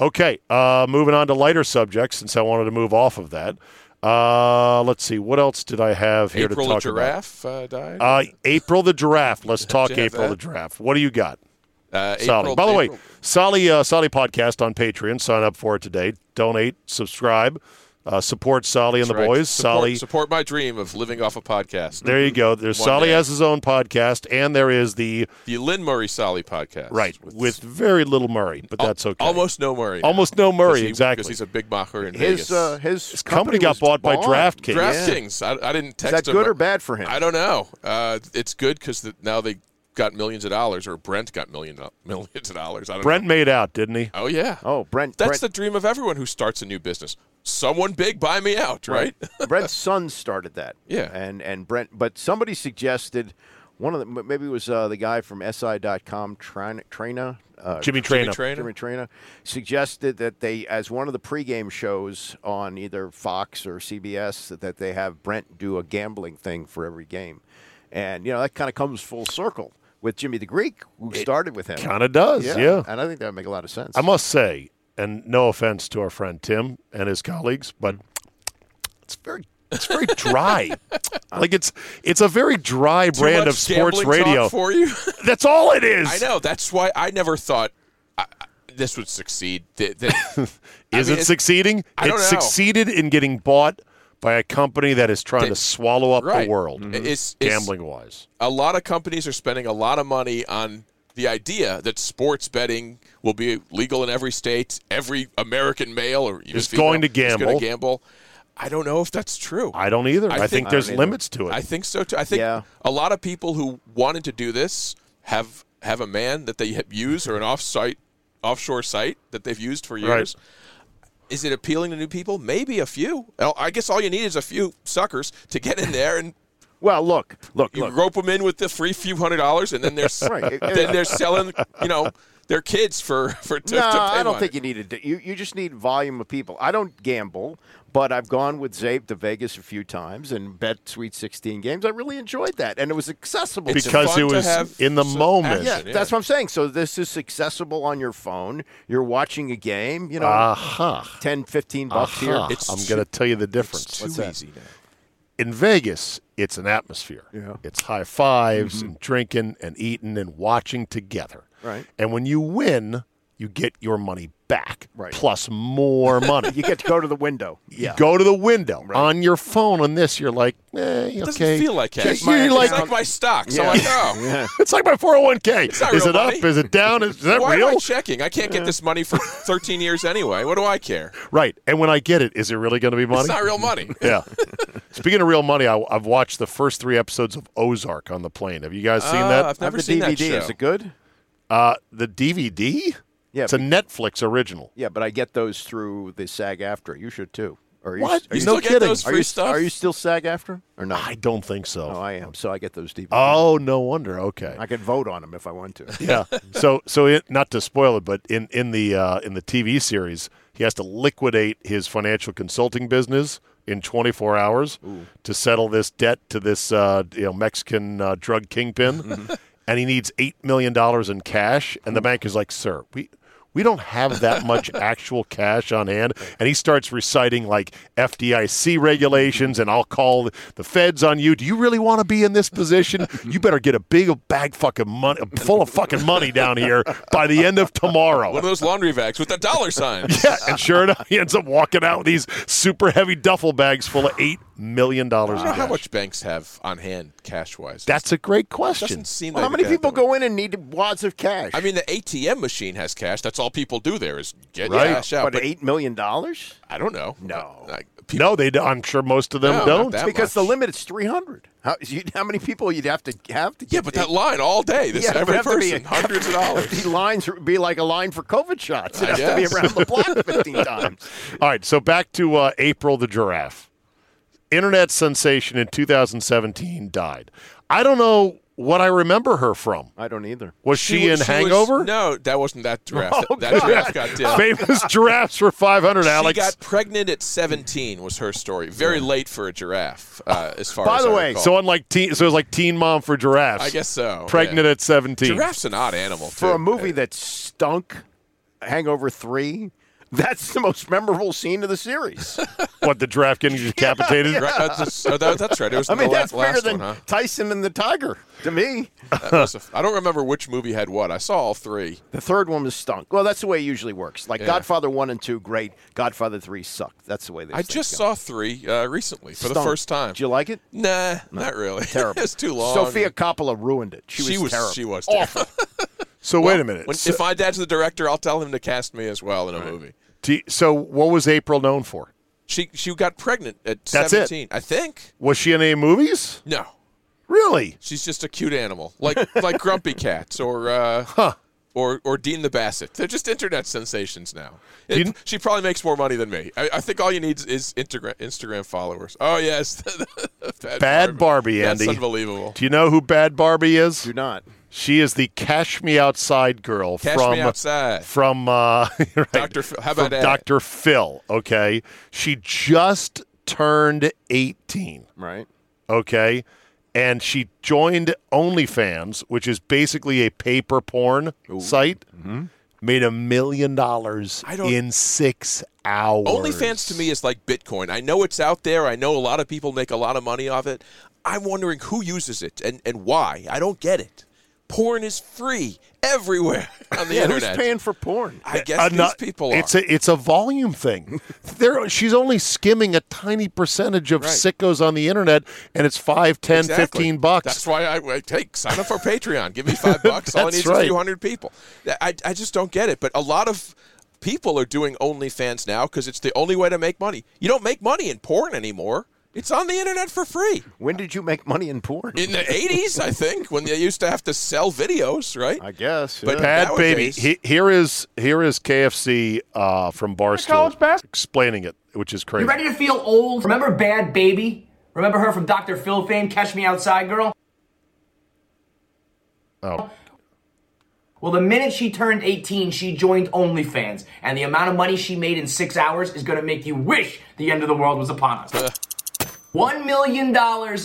Speaker 1: Okay, uh, moving on to lighter subjects since I wanted to move off of that. Uh, let's see, what else did I have here
Speaker 5: April
Speaker 1: to talk
Speaker 5: the giraffe uh, died.
Speaker 1: about? Uh, April the Giraffe. Let's talk
Speaker 5: Did you have
Speaker 1: April the
Speaker 5: that?
Speaker 1: Giraffe. What do you got?
Speaker 5: Uh,
Speaker 1: Solly.
Speaker 5: April-
Speaker 1: By the way,
Speaker 5: April-
Speaker 1: Solly uh, Solly podcast on Patreon. Sign up for it today. Donate, subscribe, uh, support Solly and
Speaker 5: That's
Speaker 1: the
Speaker 5: right.
Speaker 1: boys.
Speaker 5: Support-
Speaker 1: Solly.
Speaker 5: support my dream of living off a podcast. Mm-hmm.
Speaker 1: There you go. There's
Speaker 5: One
Speaker 1: Solly
Speaker 5: day.
Speaker 1: has his own podcast, and there is the
Speaker 5: the Lynn Murray Solly podcast.
Speaker 1: right with, very little Murray, but that's okay.
Speaker 5: Almost no Murray. now.
Speaker 1: Almost no Murray,
Speaker 5: 'Cause he-
Speaker 1: exactly.
Speaker 5: Because he's a big mocker in
Speaker 1: His,
Speaker 5: Vegas.
Speaker 1: uh, his His company company got was bought by bought. DraftKings.
Speaker 5: DraftKings. I, I didn't
Speaker 6: Is
Speaker 5: text
Speaker 6: that
Speaker 5: him.
Speaker 6: good or bad for him?
Speaker 5: I don't know. Uh, it's good because the, now they got millions of dollars, or Brent got million do- millions of dollars. I don't
Speaker 1: Brent
Speaker 5: know.
Speaker 1: made out, didn't he?
Speaker 5: Oh yeah.
Speaker 6: Oh, Brent.
Speaker 5: That's the dream of everyone who starts a new business. Someone big buy me out, right?
Speaker 6: Brent's son started that.
Speaker 5: Yeah.
Speaker 6: And and Brent, but somebody suggested one of the m- maybe it was uh, the guy from SI.com, Tran- Trina, uh,
Speaker 1: Jimmy Trina. Jimmy Trina.
Speaker 6: Jimmy Trina, suggested that they, as one of the pregame shows on either Fox or CBS, that they have Brent do a gambling thing for every game, and you know that kind of comes full circle with Jimmy the Greek, who started with him.
Speaker 1: kinda does, yeah.
Speaker 6: And I think that would make a lot of sense.
Speaker 1: I must say, and no offense to our friend Tim and his colleagues, but it's very it's very dry. like it's it's a very dry
Speaker 5: Too
Speaker 1: brand
Speaker 5: much
Speaker 1: of sports
Speaker 5: gambling talk
Speaker 1: radio.
Speaker 5: for you.
Speaker 1: That's all it is.
Speaker 5: I know. That's why I never thought I, I- this would succeed. Th- th- I
Speaker 1: Is
Speaker 5: mean,
Speaker 1: it
Speaker 5: it's-
Speaker 1: succeeding?
Speaker 5: I don't
Speaker 1: it
Speaker 5: know.
Speaker 1: succeeded in getting bought by a company that is trying to swallow up
Speaker 5: right. Mm-hmm.
Speaker 1: the world,
Speaker 5: It's- it's-
Speaker 1: gambling wise.
Speaker 5: A lot of companies are spending a lot of money on the idea that sports betting will be legal in every state. Every American male or even
Speaker 1: Is going to
Speaker 5: female is gonna
Speaker 1: gamble.
Speaker 5: gamble. I don't know if that's true.
Speaker 1: I don't either. I, think, there's limits to it.
Speaker 5: I think so too. I think
Speaker 1: Yeah.
Speaker 5: a lot of people who wanted to do this have have a man that they use or an offsite offshore site that they've used for
Speaker 1: Right.
Speaker 5: years. Is it appealing to new people? Maybe a few. Well, I guess all you need is a few suckers to get in there and.
Speaker 6: Well, look, look,
Speaker 5: you rope them in with the free few hundred dollars, and then they're s-
Speaker 6: Right.
Speaker 5: then they're selling, you know, their kids for for to,
Speaker 6: no,
Speaker 5: to pay
Speaker 6: I don't
Speaker 5: money.
Speaker 6: think you need to. do- You you just need volume of people. I don't gamble, but I've gone with Zabe to Vegas a few times and bet Sweet Sixteen games. I really enjoyed that, and it was accessible to me.
Speaker 1: because it was in the moment.
Speaker 6: Yeah, that's what I'm saying. So this is accessible on your phone. You're watching a game. You know,
Speaker 1: Uh-huh.
Speaker 6: 10, 15 bucks
Speaker 1: Uh-huh.
Speaker 6: here.
Speaker 1: I'm going to tell you the difference.
Speaker 6: too What's that? easy
Speaker 1: In Vegas, it's an atmosphere. Yeah. It's high 5s
Speaker 5: Mm-hmm.
Speaker 1: and drinking and eating and watching together.
Speaker 6: Right.
Speaker 1: And when you win, you get your money back right. plus more money.
Speaker 6: you get to go to the window.
Speaker 1: You go to the window on your phone on this. You're like, eh, okay.
Speaker 5: It doesn't feel like
Speaker 1: You're
Speaker 5: cash. It's, my,
Speaker 1: like-
Speaker 5: it's like my stocks. I'm
Speaker 1: Yeah.
Speaker 5: like, oh,
Speaker 1: it's like my 401k.
Speaker 5: not
Speaker 1: Is
Speaker 5: real
Speaker 1: it up?
Speaker 5: money.
Speaker 1: Is it down? Is, is that
Speaker 5: why
Speaker 1: real?
Speaker 5: am I checking? I can't get this money for 13 years anyway. What do I care?
Speaker 1: Right. And when I get it, is it really going to be money?
Speaker 5: It's not real money.
Speaker 1: yeah. Speaking of real money, I, I've watched the first three episodes of Ozark on the plane. Have you guys seen
Speaker 5: Ah,
Speaker 1: that?
Speaker 5: I've never
Speaker 6: the
Speaker 5: seen that
Speaker 6: DVD.
Speaker 5: show.
Speaker 6: Is it good?
Speaker 1: Uh, the DVD?
Speaker 6: Yeah,
Speaker 1: It's a Netflix original.
Speaker 6: Yeah, but I get those through the SAG after. You should too. Are you,
Speaker 1: What?
Speaker 6: Are you
Speaker 1: No
Speaker 6: still get
Speaker 1: kidding.
Speaker 6: those
Speaker 1: Are
Speaker 6: free
Speaker 1: you-
Speaker 6: stuff? Are you still SAG after or not?
Speaker 1: I don't think so.
Speaker 6: Oh, I am. So I get those DVDs.
Speaker 1: Oh, no wonder. Okay.
Speaker 6: I could vote on them if I want to.
Speaker 1: yeah. So so it, not to spoil it, but in in the uh, in the TV series, he has to liquidate his financial consulting business in 24 hours to settle this debt to this uh, you know Mexican uh, drug kingpin, and he needs eight million dollars in cash, and the bank is like, "Sir, we." We don't have that much actual cash on hand. And he starts reciting like FDIC regulations and I'll call the feds on you. Do you really want to be in this position? You better get a big bag fucking money full of fucking money down here by the end of
Speaker 5: One of
Speaker 1: tomorrow.
Speaker 5: those laundry bags with the dollar sign.
Speaker 1: Yeah, and sure enough, he ends up walking out with these super heavy duffel bags full of eight million dollars.
Speaker 5: I don't know how much banks have on hand cash wise.
Speaker 1: That's a great question.
Speaker 5: Doesn't seem
Speaker 6: Well,
Speaker 5: like
Speaker 6: how many
Speaker 5: that,
Speaker 6: people
Speaker 5: though.
Speaker 6: go in and need wads of cash?
Speaker 5: I mean, the ATM machine has cash. That's all people do there is get
Speaker 1: Right.
Speaker 5: cash out.
Speaker 6: but eight million dollars?
Speaker 5: I don't know.
Speaker 6: No.
Speaker 5: Like,
Speaker 1: no, they. do- I'm sure most of them
Speaker 5: No,
Speaker 1: don't.
Speaker 5: not that
Speaker 6: because the limit is three hundred. How, you- how many people you'd have to have to?
Speaker 5: Yeah,
Speaker 6: get
Speaker 5: but
Speaker 6: in?
Speaker 5: that line all day. This
Speaker 6: Yeah, it would
Speaker 5: every
Speaker 6: have to be
Speaker 5: person,
Speaker 6: a-
Speaker 5: hundreds of dollars.
Speaker 6: The lines would be like a line for COVID shots. It
Speaker 5: I
Speaker 6: has to be
Speaker 5: guess.
Speaker 6: around the block fifteen times.
Speaker 1: All right, so back to uh, April the giraffe. Internet sensation in 2017 died. I don't know what I remember her from.
Speaker 6: I don't either.
Speaker 1: Was she, in
Speaker 5: was- was- Oh,
Speaker 1: Hangover?
Speaker 5: no, that wasn't that draft.
Speaker 1: Oh,
Speaker 5: that
Speaker 1: God.
Speaker 5: draft got dead.
Speaker 1: Famous giraffes for 500,
Speaker 5: She
Speaker 1: Alex.
Speaker 5: got pregnant at 17 was her story. Very late for a giraffe, uh, as far
Speaker 1: By
Speaker 5: as
Speaker 1: the
Speaker 5: I
Speaker 1: way,
Speaker 5: recall.
Speaker 1: so unlike teen, so it was like Teen Mom for giraffes.
Speaker 5: I guess so.
Speaker 1: Pregnant
Speaker 5: yeah.
Speaker 1: at 17.
Speaker 5: Giraffe's an odd animal
Speaker 6: for
Speaker 5: too.
Speaker 6: a movie that stunk, Hangover Three. That's the most memorable scene of the series.
Speaker 1: what the draft getting decapitated?
Speaker 6: Yeah.
Speaker 5: Right, that's- oh, that- that's right. It was
Speaker 6: I mean,
Speaker 5: the la-
Speaker 6: that's bigger
Speaker 5: last
Speaker 6: than
Speaker 5: one, huh?
Speaker 6: Tyson and the Tiger to me.
Speaker 5: That was a, I don't remember which movie had what. I saw all three.
Speaker 6: The third one was stunk. Well, that's the way it usually works. Like
Speaker 5: Yeah.
Speaker 6: Godfather one and two, great. Godfather three sucked. That's the way they.
Speaker 5: I just saw three uh, recently for the
Speaker 6: Stunk.
Speaker 5: first time.
Speaker 6: Did you like it?
Speaker 5: Nah, not really.
Speaker 6: Terrible.
Speaker 5: it's too long.
Speaker 6: Sophia Coppola ruined it. She was,
Speaker 5: She was-
Speaker 6: terrible.
Speaker 5: she was
Speaker 6: awful.
Speaker 1: So wait a minute.
Speaker 5: When,
Speaker 1: so,
Speaker 5: if my dad's the director, I'll tell him to cast me as well in a movie.
Speaker 1: do you- so what was April known for?
Speaker 5: She she got pregnant at
Speaker 1: That's it.
Speaker 5: seventeen, I think.
Speaker 1: Was she in any movies?
Speaker 5: No,
Speaker 1: Really?
Speaker 5: she's just a cute animal, like like Grumpy Cats or uh, or or Dean the Bassett. They're just internet sensations now. It- she probably makes more money than me. I, I think all you need is Instagram Instagram followers. Oh yes, Bad,
Speaker 1: Bad Barbie,
Speaker 5: That's
Speaker 1: Andy.
Speaker 5: unbelievable.
Speaker 1: Do you know who Bad Barbie is? Do
Speaker 6: not.
Speaker 1: She is the Cash Me Outside girl
Speaker 5: Cash
Speaker 1: from
Speaker 5: me outside.
Speaker 1: from uh, right,
Speaker 5: Dr. Phil. How
Speaker 1: from
Speaker 5: about that?
Speaker 1: Dr. Phil. Okay, she just turned eighteen.
Speaker 6: Right.
Speaker 1: Okay, and she joined OnlyFans, which is basically a paper porn site.
Speaker 6: Mm-hmm.
Speaker 1: Made a million dollars
Speaker 5: I don't-
Speaker 1: in six hours.
Speaker 5: OnlyFans to me is like Bitcoin. I know it's out there. I know a lot of people make a lot of money off it. I'm wondering who uses it and, and why. I don't get it. Porn is free everywhere on the
Speaker 6: yeah, who's
Speaker 5: internet.
Speaker 6: paying for porn?
Speaker 5: I guess
Speaker 1: Uh,
Speaker 5: these
Speaker 1: not-
Speaker 5: people are.
Speaker 1: It's a it's a volume thing. there, she's only skimming a tiny percentage of
Speaker 5: Right.
Speaker 1: sickos on the internet, and it's five, ten, fifteen
Speaker 5: Exactly.
Speaker 1: bucks.
Speaker 5: That's why I, I take sign up for Patreon. Give me five bucks. All I
Speaker 1: That's
Speaker 5: need is
Speaker 1: right.
Speaker 5: a few hundred people. That- I, I just don't get it. But a lot of people are doing OnlyFans now because it's the only way to make money. You don't make money in porn anymore. It's on the internet for free.
Speaker 6: When did you make money in porn?
Speaker 5: In the 80s, I think, when they used to have to sell videos, right?
Speaker 6: I guess.
Speaker 5: But
Speaker 6: yeah.
Speaker 1: Bad baby.
Speaker 5: nowadays-
Speaker 1: He- here is here is KFC uh, from Barstool explaining it, which is crazy.
Speaker 14: You ready to feel old? Remember Bad Baby? Remember her from Dr. Phil fame, Catch Me Outside Girl?
Speaker 1: Oh.
Speaker 14: Well, the minute she turned 18, she joined OnlyFans, and the amount of money she made in six hours is going to make you wish the end of the world was upon us. $1 million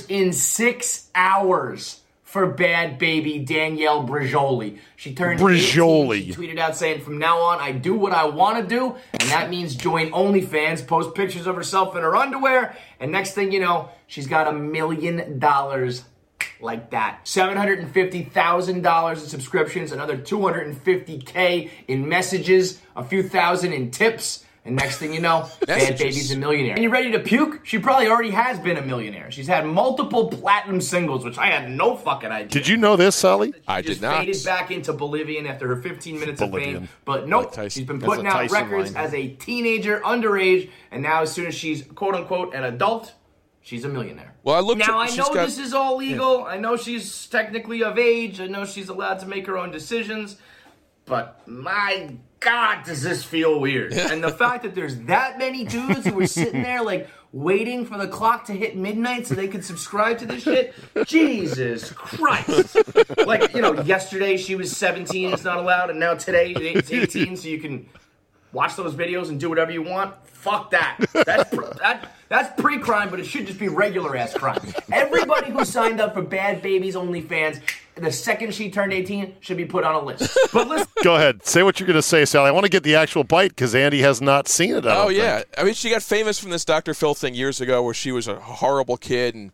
Speaker 14: in six hours for Bad Baby Danielle Brijoli. She turned 18,
Speaker 1: Brijoli.
Speaker 14: she tweeted out saying, From now on, I do what I want to do, and that means join OnlyFans, post pictures of herself in her underwear, and next thing you know, she's got a million dollars like that. $750,000 in subscriptions, another 250K in messages, a few thousand in tips. And next thing you know, Bad
Speaker 5: Messages.
Speaker 14: Baby's a millionaire. And you ready to puke? She probably already has been a millionaire. She's had multiple platinum singles, which I had no fucking idea.
Speaker 1: Did you know this, Sally?
Speaker 5: I did
Speaker 14: Just
Speaker 5: not.
Speaker 14: faded back into Bolivian after her 15 minutes of
Speaker 1: Bolivian.
Speaker 14: fame. But nope,
Speaker 5: Tyson.
Speaker 14: she's been
Speaker 6: That's a
Speaker 14: putting out
Speaker 6: Tyson
Speaker 14: records
Speaker 6: line.
Speaker 14: as a teenager, underage, and now as soon as she's quote unquote an adult, she's a millionaire.
Speaker 5: Well, I looked.
Speaker 14: Now
Speaker 5: at-
Speaker 14: I
Speaker 5: she's
Speaker 14: know
Speaker 5: got-
Speaker 14: this is all legal. I know she's technically of age. I know she's allowed to make her own decisions. But my God, does this feel weird? and the fact that there's that many dudes who were sitting there like waiting for the clock to hit midnight so they could subscribe to this shit, Jesus Christ! Like you know, yesterday she was 17, it's not allowed, and now today it's 18, so you can watch those videos and do whatever you want. Fuck that. That's pr- that, that's pre-crime, but it should just be regular ass crime. Everybody who signed up for Bad Babies OnlyFans, the second she turned 18, should be put on a list. But listen,
Speaker 1: Go ahead, say what you're going to say, Sally. I want to get the actual bite because Andy has not seen it. I
Speaker 5: Oh
Speaker 1: don't
Speaker 5: yeah,
Speaker 1: think.
Speaker 5: I mean, she got famous from this Dr. Phil thing years ago, where she was a horrible kid and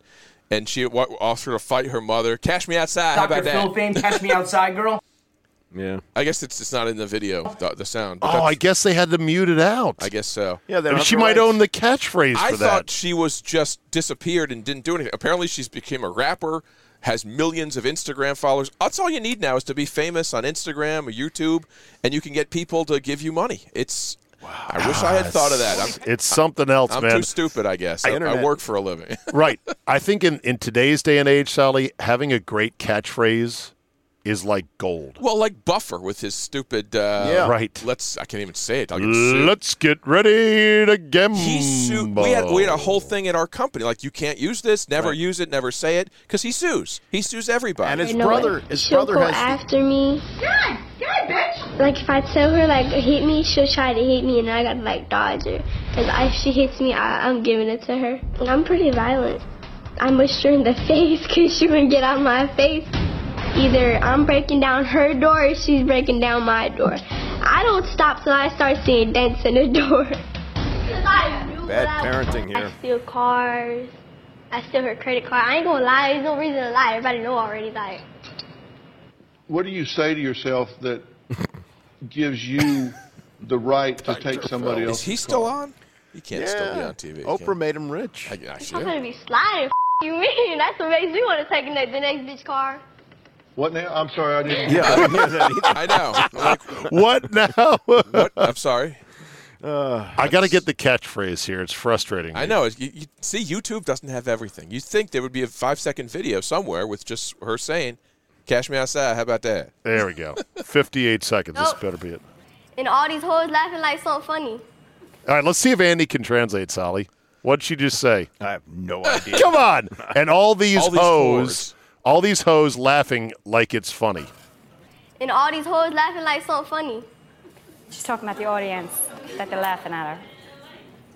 Speaker 5: and she wa- offered to fight her mother. Cash me outside. How
Speaker 14: Dr.
Speaker 5: about
Speaker 14: Phil
Speaker 5: that?
Speaker 14: fame, catch me outside, girl.
Speaker 6: yeah.
Speaker 5: I guess it's it's not in the video, the, the sound. but
Speaker 1: Oh, I
Speaker 5: that's-
Speaker 1: guess they had to mute it out.
Speaker 5: I guess so.
Speaker 6: Yeah, they don't
Speaker 1: I mean,
Speaker 6: have
Speaker 1: she
Speaker 6: the
Speaker 1: might
Speaker 6: rights.
Speaker 1: own the catchphrase
Speaker 5: I
Speaker 1: for
Speaker 5: thought
Speaker 1: that.
Speaker 5: she was just disappeared and didn't do anything. Apparently, she's became a rapper, has millions of Instagram followers. That's all you need now is to be famous on Instagram or YouTube, and you can get people to give you money. It's I wish I had thought of that. I'm,
Speaker 1: it's something else,
Speaker 5: I'm
Speaker 1: man.
Speaker 5: too stupid, I guess. I, I
Speaker 6: Internet.
Speaker 5: work for a living.
Speaker 1: right. I think in, in today's day and age, Sally, having a great catchphrase is like gold.
Speaker 5: well, like Buffer with his stupid. Uh,
Speaker 6: Yeah.
Speaker 1: Right.
Speaker 5: Let's. I can't even say it. I'll get sued.
Speaker 1: Let's get ready to gamble.
Speaker 5: He sued. We had we had a whole thing at our company. Like you can't use this, never use it, never say it, because he sues. He sues everybody.
Speaker 6: And his
Speaker 15: know
Speaker 6: brother,
Speaker 15: it.
Speaker 6: his
Speaker 15: she'll
Speaker 6: brother
Speaker 15: go
Speaker 6: has.
Speaker 15: after me. God, God, bitch! Like if I tell her like hit me, she'll try to hit me, and I gotta like dodge her. Cause I- if she hits me, I, I'm giving it to her. And I'm pretty violent. I mush her in the face, cause she wouldn't get out of my face. Either I'm breaking down her door, or she's breaking down my door. I don't stop till I start seeing dents in the door.
Speaker 6: Bad parenting here.
Speaker 15: I steal cars. I steal her credit card. I ain't gonna lie. There's no reason to lie. Everybody know already. Like,
Speaker 16: What do you say to yourself that gives you the right to take somebody
Speaker 5: Is
Speaker 16: else's
Speaker 5: he still
Speaker 16: car?
Speaker 5: on? He can't still be
Speaker 16: Yeah.
Speaker 5: on TV.
Speaker 16: Oprah
Speaker 6: made him rich.
Speaker 5: I, I
Speaker 15: I'm
Speaker 5: should.
Speaker 15: gonna be sliding. You mean? That's what makes me want to take the the next bitch car.
Speaker 16: What now? I'm sorry, I didn't.
Speaker 5: Yeah, I didn't hear that either. I know.
Speaker 1: what now?
Speaker 5: I'm sorry.
Speaker 1: I got to get the catchphrase here. It's frustrating.
Speaker 5: I know. it's- You, you, see, YouTube doesn't have everything. You'd think there would be a five second video somewhere with just her saying, Cash me outside. How about that?
Speaker 1: There we go. 58 seconds. This
Speaker 15: Nope.
Speaker 1: better be it.
Speaker 15: And all these hoes laughing like something funny.
Speaker 1: All right, let's see if Andy can translate, Sally. What'd she just say?
Speaker 6: I have no idea.
Speaker 1: Come on. And all these,
Speaker 6: All these
Speaker 1: hoes, all these hoes laughing like it's funny.
Speaker 15: And all these hoes laughing like something funny.
Speaker 17: She's talking about the audience that they're laughing at her.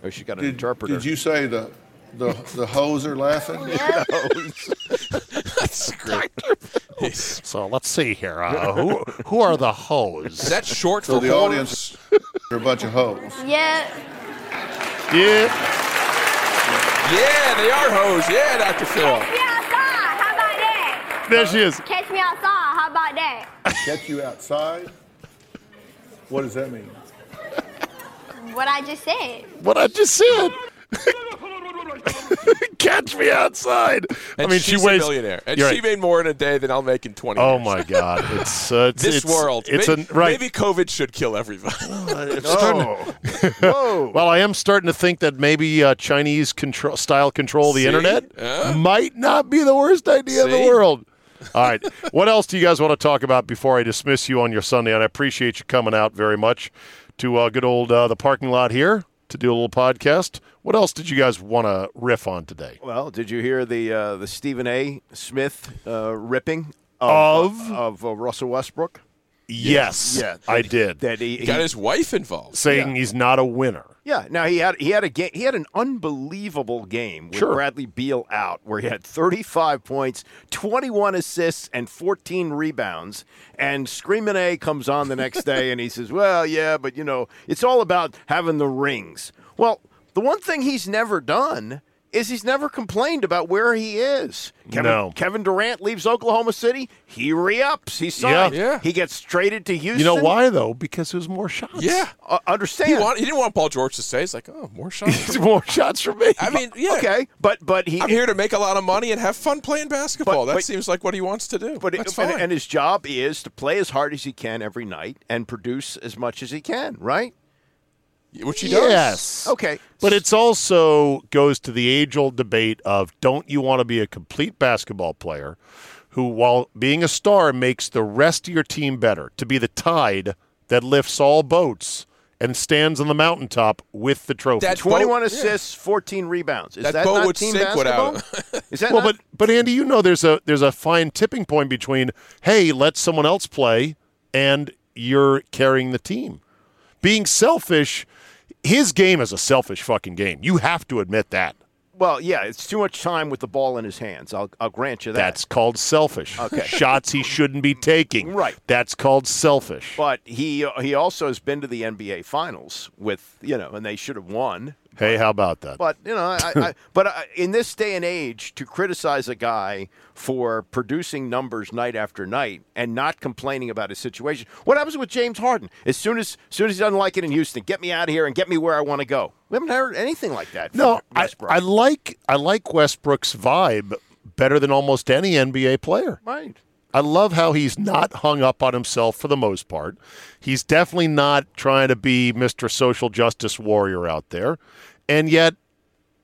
Speaker 6: Oh, she got an
Speaker 16: Did,
Speaker 6: interpreter.
Speaker 16: did you say the the the hoes are laughing?
Speaker 15: Yeah.
Speaker 5: That's great.
Speaker 1: so let's see here. Uh, who, who are the hoes?
Speaker 5: Is that short
Speaker 16: So
Speaker 1: for
Speaker 16: the
Speaker 1: hoes?
Speaker 16: audience are a bunch of hoes.
Speaker 15: Yeah.
Speaker 1: Yeah.
Speaker 5: Yeah, they are hoes. Yeah, Dr. Phil.
Speaker 1: Oh. There she is.
Speaker 15: Catch me outside. How about that?
Speaker 16: Catch you outside. What does that mean?
Speaker 15: What I just said.
Speaker 1: What I just said. Catch me outside.
Speaker 5: And
Speaker 1: I mean,
Speaker 5: she's
Speaker 1: she weighs.
Speaker 5: a millionaire. And she
Speaker 1: You're right.
Speaker 5: made more in a day than I'll make in 20
Speaker 1: Oh
Speaker 5: years.
Speaker 1: my God! It's, uh, it's
Speaker 5: this
Speaker 1: it's-
Speaker 5: world.
Speaker 1: It's
Speaker 5: maybe,
Speaker 1: a right. Oh.
Speaker 5: maybe COVID should kill everybody.
Speaker 1: I'm starting to- well, I am starting to think that maybe uh, Chinese control style control of the
Speaker 5: See?
Speaker 1: internet
Speaker 5: Huh?
Speaker 1: might not be the worst idea in the
Speaker 5: See?
Speaker 1: world. All right. what else do you guys want to talk about before I dismiss you on your Sunday? And I appreciate you coming out very much to uh, good old uh, the parking lot here to do a little podcast. What else did you guys want to riff on today?
Speaker 6: Well, did you hear the uh, the Stephen A. Smith uh, ripping
Speaker 1: of
Speaker 6: of, uh, Russell Westbrook?
Speaker 1: Yes,
Speaker 6: Yeah.
Speaker 1: I did.
Speaker 6: That he,
Speaker 5: Got
Speaker 6: he-
Speaker 5: his wife involved.
Speaker 1: Saying he's not a winner.
Speaker 6: Yeah. Now he had he had a game. He had an unbelievable game with
Speaker 1: Sure.
Speaker 6: Bradley Beal out, where he had 35 points, 21 assists, and 14 rebounds. And Screamin' A comes on the next day, and he says, "Well, yeah, but you know, it's all about having the rings." Well, the one thing he's never done is he's never complained about where he is. Kevin,
Speaker 1: No.
Speaker 6: Kevin Durant leaves Oklahoma City. He re-ups. He signs.
Speaker 1: Yeah.
Speaker 6: He gets traded to Houston.
Speaker 1: You know why though? Because there's more shots.
Speaker 5: Yeah.
Speaker 6: Uh, understand.
Speaker 5: He, want, he didn't want Paul George to say. He's like, oh, more shots.
Speaker 1: more shots for me.
Speaker 5: I mean, yeah.
Speaker 6: Okay, but but he.
Speaker 5: I'm here to make a lot of money and have fun playing basketball. that
Speaker 6: but-
Speaker 5: seems like what he wants to do.
Speaker 6: But it-
Speaker 5: That's
Speaker 6: and,
Speaker 5: fine.
Speaker 6: and his job is to play as hard as he can every night and produce as much as he can, right?
Speaker 5: Which
Speaker 1: Yes.
Speaker 6: Okay.
Speaker 1: But it's also goes to the age old debate of don't you want to be a complete basketball player who, while being a star, makes the rest of your team better, to be the tide that lifts all boats and stands on the mountaintop with the trophy.
Speaker 6: That 21 assists, 14 rebounds. Is
Speaker 1: That
Speaker 6: that,
Speaker 1: boat
Speaker 6: not
Speaker 1: would
Speaker 6: team
Speaker 1: sink
Speaker 6: basketball?
Speaker 1: without
Speaker 6: Is that
Speaker 1: well,
Speaker 6: not-
Speaker 1: but but Andy, you know there's a there's a fine tipping point between hey, let someone else play and you're carrying the team. Being selfish, his game is a selfish fucking game. You have to admit that.
Speaker 6: well, yeah, it's too much time with the ball in his hands. I'll, I'll grant you that.
Speaker 1: That's called selfish.
Speaker 6: Okay.
Speaker 1: Shots he shouldn't be taking.
Speaker 6: Right.
Speaker 1: That's called selfish.
Speaker 6: but he he also has been to the NBA Finals with you know, and they should have won.
Speaker 1: Hey, how about that?
Speaker 6: But you know, I, I, but I, in this day and age, to criticize a guy for producing numbers night after night and not complaining about his situation, what happens with James Harden? As soon as, as soon as he doesn't like it in Houston, get me out of here and get me where I want to go. We haven't heard anything like that.
Speaker 1: no, I, I like I like Westbrook's vibe better than almost any NBA player.
Speaker 6: Right.
Speaker 1: I love how he's not hung up on himself for the most part. He's definitely not trying to be Mr. Social Justice Warrior out there. And yet,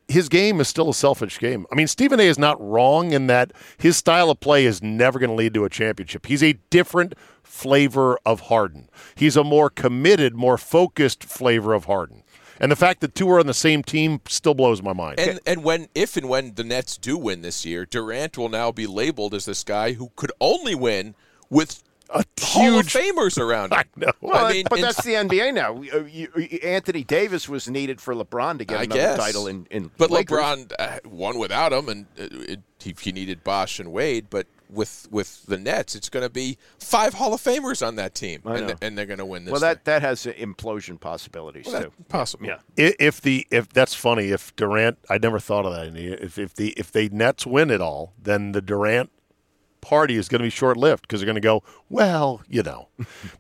Speaker 1: his game is still a selfish game. I mean, Stephen A is not wrong in that his style of play is never going to lead to a championship. He's a different flavor of Harden. He's a more committed, more focused flavor of Harden. And the fact that two are on the same team still blows my mind.
Speaker 5: And and when if and when the Nets do win this year, Durant will now be labeled as this guy who could only win with
Speaker 1: a
Speaker 5: Hall of Famers around him. I
Speaker 1: know.
Speaker 6: Well, but that's the NBA now. We- uh, you- you- Anthony Davis was needed for LeBron to get
Speaker 5: I
Speaker 6: another
Speaker 5: guess.
Speaker 6: title in in
Speaker 5: but
Speaker 6: Lakers.
Speaker 5: LeBron uh, won without him, and uh, it, he, he needed Bosch and Wade. But with with the Nets, it's going to be five Hall of Famers on that team,
Speaker 6: I
Speaker 5: and,
Speaker 6: know.
Speaker 5: and they're going to win this.
Speaker 6: Well, that, that has implosion possibilities
Speaker 5: Well,
Speaker 6: too.
Speaker 5: that's possible.
Speaker 6: Yeah.
Speaker 1: I- If the if that's funny, if Durant, I never thought of that. idea. If if the if the Nets win it all, then the Durant party is going to be short lived because they're going to go well, you know.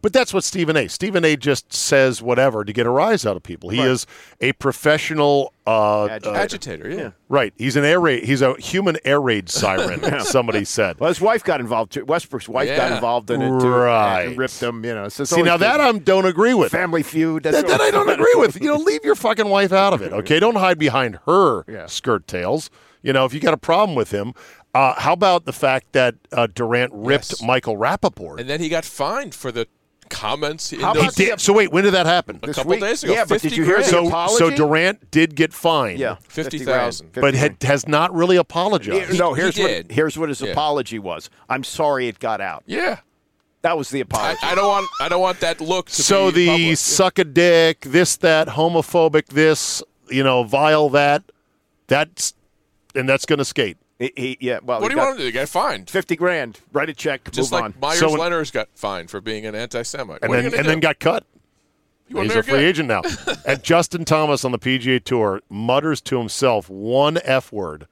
Speaker 1: but that's what Stephen A. Stephen A. just says whatever to get a rise out of people. He is a professional uh,
Speaker 5: Agitator.
Speaker 1: uh,
Speaker 5: Agitator, yeah.
Speaker 1: Right. He's an air raid. He's a human air raid siren.
Speaker 6: Yeah.
Speaker 1: Somebody said.
Speaker 6: Well, his wife got involved too. Westbrook's wife got
Speaker 1: Yeah.
Speaker 6: involved in it too.
Speaker 1: Right.
Speaker 6: And ripped him, you know. So it's
Speaker 1: See,
Speaker 6: always
Speaker 1: now that
Speaker 6: been
Speaker 1: I am don't agree with.
Speaker 6: Family Feud. That's
Speaker 1: That, that I don't agree with. You know, leave your fucking wife out of it. Okay, don't hide behind her skirt tails. You know, if you got a problem with him, uh, how about the fact that uh, Durant ripped Michael Rappaport?
Speaker 5: and then he got fined for the comments. In
Speaker 1: How
Speaker 5: those-
Speaker 1: about he did, so wait, when did that happen?
Speaker 5: A couple days ago. 50 grand.
Speaker 1: so, So Durant did get fined.
Speaker 5: Yeah, 50,000.
Speaker 1: but had, has not really apologized.
Speaker 6: no, here's what here's what his apology was. I'm sorry it got out.
Speaker 5: Yeah.
Speaker 6: That was the apology.
Speaker 5: I don't want I don't want that look. To
Speaker 1: So
Speaker 5: be
Speaker 1: the suck a dick, this, that, homophobic, this, you know, vile, that, that's, and that's going to skate.
Speaker 6: He, he, yeah. Well,
Speaker 5: What
Speaker 6: he
Speaker 5: do you
Speaker 6: got
Speaker 5: want him to do? He got fined.
Speaker 6: Fifty grand. Write a check.
Speaker 5: just
Speaker 6: move
Speaker 5: like
Speaker 6: on.
Speaker 5: Myers
Speaker 1: So when-
Speaker 5: Leonard's got fined for being an anti-Semite.
Speaker 1: and
Speaker 5: What are
Speaker 1: then and
Speaker 5: you gonna do?
Speaker 1: then got cut.
Speaker 5: were
Speaker 1: He's
Speaker 5: very
Speaker 1: a free
Speaker 5: good.
Speaker 1: agent now. and Justin Thomas on the PGA Tour mutters to himself one F word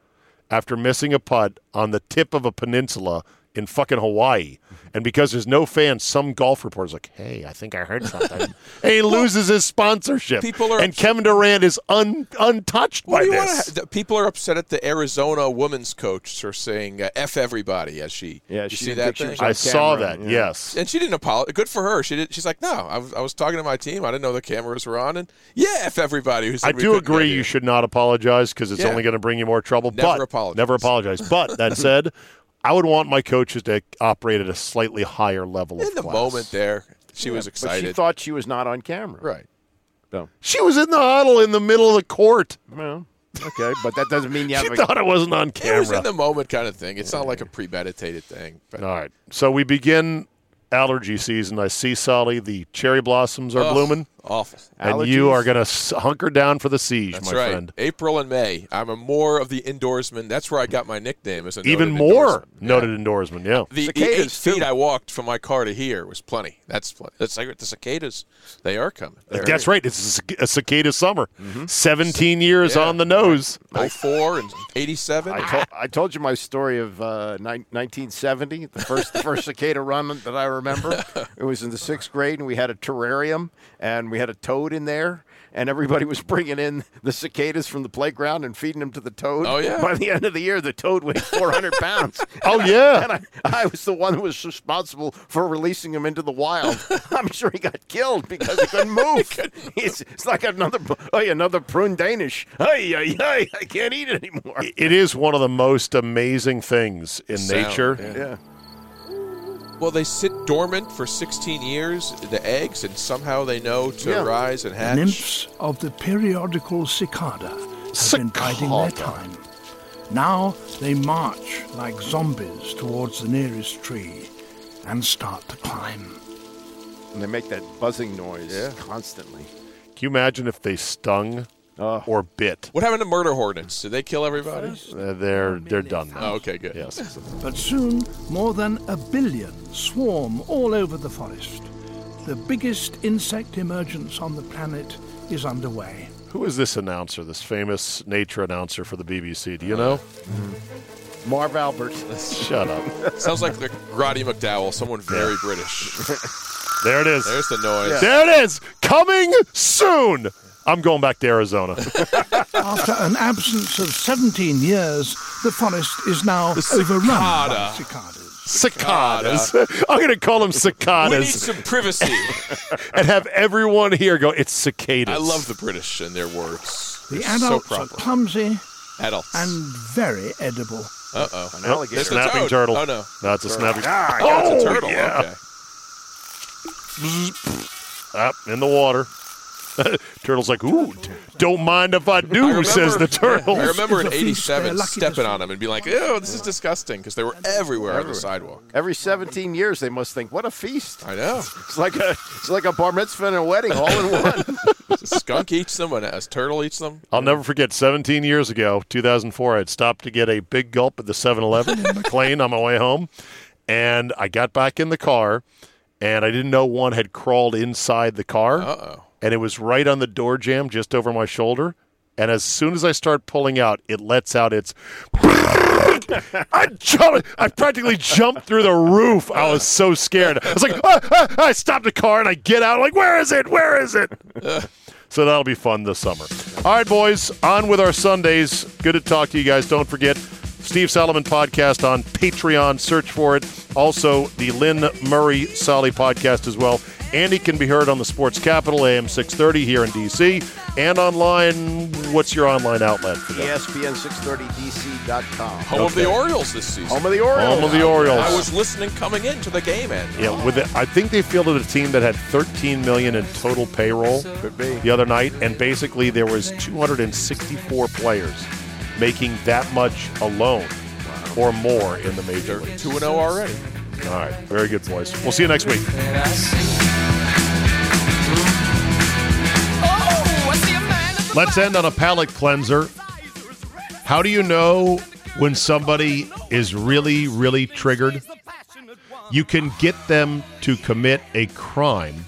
Speaker 1: after missing a putt on the tip of a peninsula in fucking Hawaii. And because there's no fans, some golf reporter's like, hey, I think I heard something. and he loses his sponsorship.
Speaker 5: People are-
Speaker 1: and Kevin Durant is un, untouched
Speaker 5: What
Speaker 1: by
Speaker 5: do you
Speaker 1: this.
Speaker 5: wanna- the- people are upset at the Arizona women's coach for saying uh, "f everybody" as she. Yeah, you
Speaker 6: she
Speaker 5: see
Speaker 6: didn't
Speaker 5: that.
Speaker 6: think she
Speaker 5: thing?
Speaker 6: was on I saw camera, that, yeah.
Speaker 1: yes.
Speaker 5: and she didn't apologize. Good for her. She did. She's like, no, I was, I was talking to my team. I didn't know the cameras were on, and yeah, f everybody. Who said
Speaker 1: I
Speaker 5: we
Speaker 1: do
Speaker 5: couldn't get
Speaker 1: agree
Speaker 5: here.
Speaker 1: you should not apologize because it's
Speaker 5: Yeah.
Speaker 1: only going to bring you more trouble.
Speaker 5: Never
Speaker 1: but
Speaker 5: apologize.
Speaker 1: Never apologize. But that said, I would want my coaches to operate at a slightly higher level of
Speaker 5: In the
Speaker 1: class.
Speaker 5: moment there, she
Speaker 6: Yeah,
Speaker 5: was
Speaker 6: But she
Speaker 5: excited.
Speaker 6: thought she was not on camera.
Speaker 5: Right.
Speaker 6: No.
Speaker 1: She was in the huddle in the middle of the court.
Speaker 6: Well, okay, but that doesn't mean you have
Speaker 1: She
Speaker 6: a-
Speaker 1: thought it wasn't on
Speaker 5: It was
Speaker 1: camera.
Speaker 5: in the moment kind of thing. It's not like a premeditated thing. But
Speaker 1: All right. So we begin allergy season. I see, Solly, the cherry blossoms are
Speaker 5: Ugh,
Speaker 1: blooming.
Speaker 5: Awful.
Speaker 1: And you are going to hunker down for the siege,
Speaker 5: That's
Speaker 1: my
Speaker 5: right.
Speaker 1: friend.
Speaker 5: April and May. I'm a more of the indoorsman. That's where I got my nickname. As a
Speaker 1: Even
Speaker 5: noted
Speaker 1: more noted endorsement, yeah.
Speaker 5: The, the eight feet I walked from my car to here was plenty. That's plenty. That's like the cicadas. They are coming.
Speaker 1: That's right. It's a cic- a cicada summer.
Speaker 5: Mm-hmm.
Speaker 1: 17 years on the nose.
Speaker 5: Oh four and eighty seven.
Speaker 6: I, told I told you my story of uh, nine- 1970, the first the first cicada run that I remember. It was in the sixth grade, and we had a terrarium, and we had a toad in there, and everybody was bringing in the cicadas from the playground and feeding them to the toad.
Speaker 5: Oh, yeah.
Speaker 6: By the end of the year, the toad weighed 400 pounds.
Speaker 1: Oh, yeah.
Speaker 6: And I, I was the one who was responsible for releasing him into the wild. I'm sure he got killed because he couldn't move. it's, it's like another hey, another prune Danish. Hey, hey, hey, I can't eat it anymore.
Speaker 1: It is one of the most amazing things in
Speaker 5: Sound,
Speaker 1: nature.
Speaker 6: Yeah.
Speaker 5: Well, they sit dormant for sixteen years, the eggs, and somehow they know to
Speaker 18: Yeah.
Speaker 5: rise and hatch.
Speaker 18: Nymphs of the periodical cicada have been biding their time. Now they march like zombies towards the nearest tree and start to climb.
Speaker 6: And they make that buzzing noise constantly.
Speaker 1: Can you imagine if they stung
Speaker 6: Oh.
Speaker 1: or bit?
Speaker 5: What happened to murder hornets? Did they kill everybody?
Speaker 1: Uh, They're they're done now.
Speaker 5: Oh, okay, good.
Speaker 1: Yes.
Speaker 18: But soon, more than a billion swarm all over the forest. The biggest insect emergence on the planet is underway.
Speaker 1: Who is this announcer? This famous nature announcer for the BBC? Do you know?
Speaker 6: Mm-hmm. Marv Albert.
Speaker 1: Shut up.
Speaker 5: Sounds like the Roddy McDowell, someone very British.
Speaker 1: There it is.
Speaker 5: There's the noise.
Speaker 1: There it is. Coming soon. I'm going back to Arizona.
Speaker 18: After an absence of 17 years, the forest is now overrun by
Speaker 1: cicada.
Speaker 18: cicadas.
Speaker 1: cicadas. I'm going to call them
Speaker 5: We need
Speaker 1: cicadas
Speaker 5: some privacy.
Speaker 1: and have everyone here go. It's cicadas.
Speaker 5: I love the British and their words.
Speaker 18: The
Speaker 5: They're
Speaker 18: adults
Speaker 5: so
Speaker 18: are
Speaker 5: proper.
Speaker 18: clumsy
Speaker 5: adults.
Speaker 18: and very edible.
Speaker 5: Uh oh.
Speaker 1: Nope,
Speaker 5: It's a
Speaker 1: snapping
Speaker 5: toad.
Speaker 1: turtle.
Speaker 5: Oh no.
Speaker 1: That's a snapping.
Speaker 5: Ah, yeah, it's a
Speaker 1: Oh,
Speaker 5: turtle.
Speaker 1: yeah.
Speaker 5: Okay.
Speaker 1: Up in the water. Turtle's like, ooh, d- don't mind if I do,
Speaker 5: I
Speaker 1: says the turtle.
Speaker 5: I remember in '87 stepping on them and being like, "Ew, this is disgusting," because they were everywhere, on the sidewalk.
Speaker 6: Every 17 years, they must think, "What a feast!"
Speaker 5: I know.
Speaker 6: It's like a it's like a bar mitzvah and a wedding all in one.
Speaker 5: Skunk eats them, and a turtle eats them.
Speaker 1: I'll never forget 17 years ago, 2004, I'd stopped to get a big gulp at the 7 Eleven in McLean on my way home. And I got back in the car, and I didn't know one had crawled inside the car.
Speaker 5: Uh-oh.
Speaker 1: And it was right on the door jamb just over my shoulder. And as soon as I start pulling out, it lets out its. I jumped, I practically jumped through the roof. I was so scared. I was like, ah, ah, ah. I stopped the car and I get out. I'm like, where is it? Where is it? so that'll be fun this summer. All right, boys, on with our Sundays. Good to talk to you guys. Don't forget Steve Solomon podcast on Patreon. Search for it. Also, the Lynn Murray Solly podcast as well. Andy can be heard on the Sports Capital AM 630 here in DC and online. What's your online outlet for that?
Speaker 6: ESPN630DC.com.
Speaker 5: Home of the Orioles this season.
Speaker 6: Home of the Orioles.
Speaker 1: Home of the Orioles.
Speaker 5: I was listening coming into the game, and
Speaker 1: Yeah, with it, I think they fielded a team that had 13 million in total payroll
Speaker 6: Could be.
Speaker 1: the other night, and basically there was 264 players making that much alone or more in the major leagues.
Speaker 5: two and
Speaker 6: oh
Speaker 5: zero already.
Speaker 1: All right, very good, boys. We'll see you next week. Let's end on a palate cleanser. How do you know when somebody is really, really triggered? You can get them to commit a crime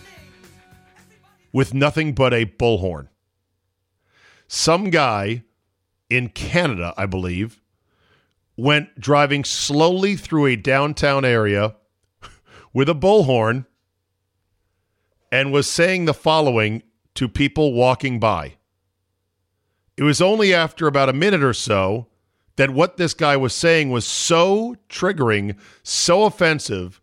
Speaker 1: with nothing but a bullhorn. Some guy in Canada, I believe, went driving slowly through a downtown area with a bullhorn and was saying the following to people walking by. It was only after about a minute or so that what this guy was saying was so triggering, so offensive,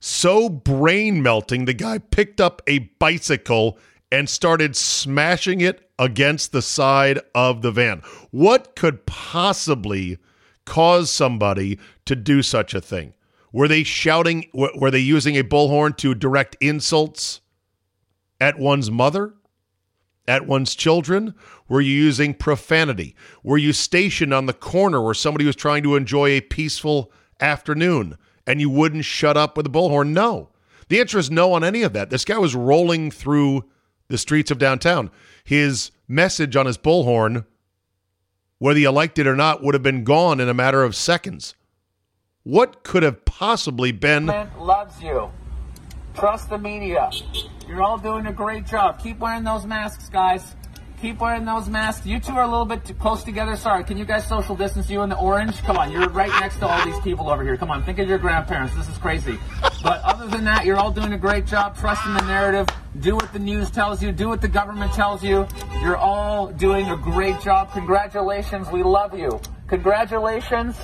Speaker 1: so brain melting, the guy picked up a bicycle and started smashing it against the side of the van. What could possibly cause somebody to do such a thing? Were they shouting? Were were they using a bullhorn to direct insults at one's mother? at one's children? Were you using profanity? Were you stationed on the corner where somebody was trying to enjoy a peaceful afternoon and you wouldn't shut up with a bullhorn? No. The answer is no on any of that. This guy was rolling through the streets of downtown. His message on his bullhorn, whether you liked it or not, would have been gone in a matter of seconds. What could have possibly been
Speaker 19: government loves you. Trust the media. You're all doing a great job. Keep wearing those masks, guys. Keep wearing those masks. You two are a little bit too close together. Sorry, can you guys social distance? You in the orange? Come on, you're right next to all these people over here. Come on, think of your grandparents. This is crazy. But other than that, you're all doing a great job. Trust in the narrative. Do what the news tells you. Do what the government tells you. You're all doing a great job. Congratulations. We love you. Congratulations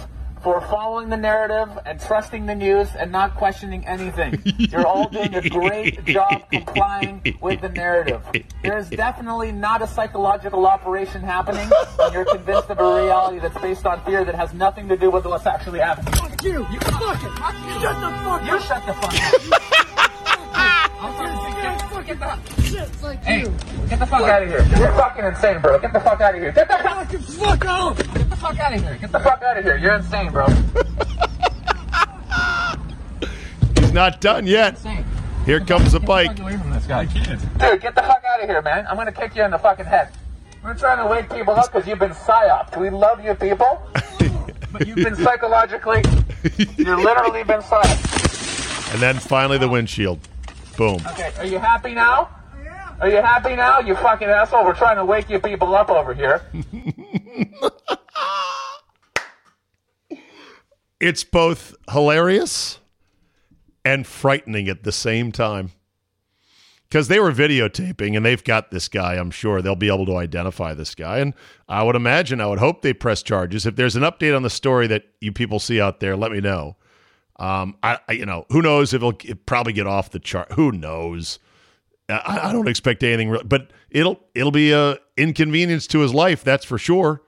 Speaker 19: for following the narrative and trusting the news and not questioning anything. You're all doing a great job complying with the narrative. There is definitely not a psychological operation happening, and you're convinced of a reality that's based on fear that has nothing to do with what's actually happening. Fuck you! You fucking! Shut the fuck You shut the fuck up! I'm fucking sick of- Hey, get the fuck out of here. You're fucking insane, bro. Get the fuck out of here. Get the fuck out! Get the fuck out of here. Get the fuck out of here. You're insane, bro.
Speaker 1: he's not done yet. Here comes the bike.
Speaker 19: Dude, get the fuck out of here, man. I'm gonna kick you in the fucking head. We're trying to wake people up because you've been psyoped. We love you people, but you've been psychologically, you've literally been psyoped.
Speaker 1: And then finally the windshield. Boom.
Speaker 19: Okay, are you happy now? Are you happy now, you fucking asshole? We're trying to wake you people up over here.
Speaker 1: it's both hilarious and frightening at the same time. Because they were videotaping and they've got this guy, I'm sure they'll be able to identify this guy. And I would imagine, I would hope they press charges. If there's an update on the story that you people see out there, let me know. Um, I, I you know, who knows if it'll, it'll probably get off the chart. Who knows? I, I don't expect anything, real, but it'll it'll be a inconvenience to his life. That's for sure.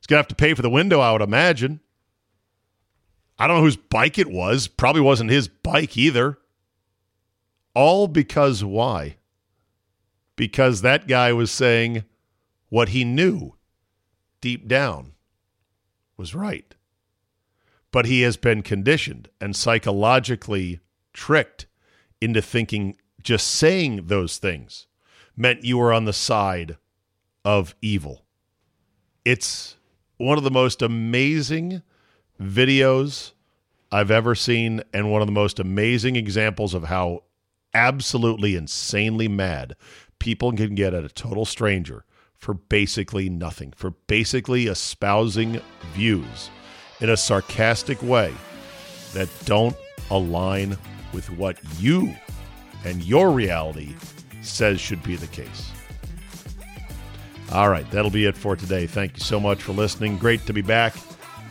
Speaker 1: He's gonna have to pay for the window, I would imagine. I don't know whose bike it was. Probably wasn't his bike either. All because why? because that guy was saying what he knew deep down was right. But he has been conditioned and psychologically tricked into thinking just saying those things meant you were on the side of evil. It's one of the most amazing videos I've ever seen, and one of the most amazing examples of how absolutely insanely mad people can get at a total stranger for basically nothing, for basically espousing views in a sarcastic way that don't align with what you and your reality says should be the case. All right, that'll be it for today. Thank you so much for listening. Great to be back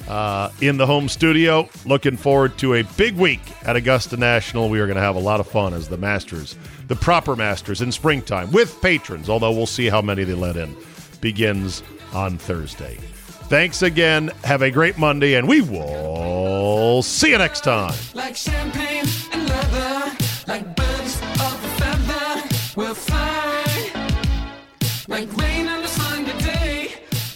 Speaker 1: uh, in the home studio. Looking forward to a big week at Augusta National. We are going to have a lot of fun as the Masters, the proper Masters in springtime with patrons, although we'll see how many they let in, begins on Thursday. Thanks again. Have a great Monday, and we will see you next time.
Speaker 11: Like champagne and leather, like birds of a feather, we'll fly. Like rain on a Sunday day,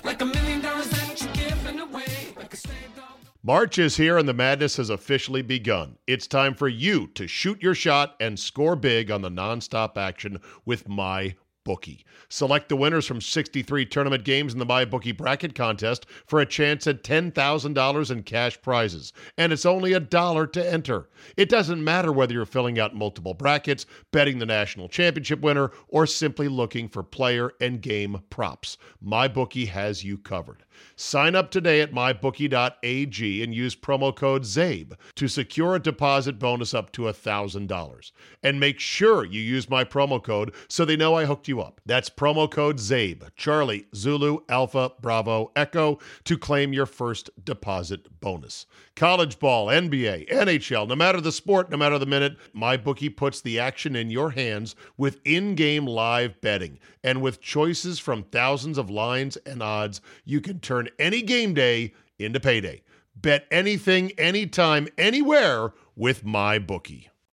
Speaker 11: like a million dollars that you're giving away, like a slave dog.
Speaker 1: March is here and the madness has officially begun. It's time for you to shoot your shot and score big on the nonstop action with my bookie. Select the winners from 63 tournament games in the my bookie bracket contest for a chance at $10,000 in cash prizes, and it's only a dollar to enter. It doesn't matter whether you're filling out multiple brackets, betting the national championship winner, or simply looking for player and game props. My bookie has you covered. Sign up today at mybookie.ag and use promo code ZABE to secure a deposit bonus up to $1,000. And make sure you use my promo code so they know I hooked you up. That's promo code ZABE, Charlie, Zulu, Alpha, Bravo, Echo to claim your first deposit bonus. College ball, NBA, NHL, no matter the sport, no matter the minute, MyBookie puts the action in your hands with in game live betting. And with choices from thousands of lines and odds, you can turn any game day into payday. Bet anything, anytime, anywhere with MyBookie.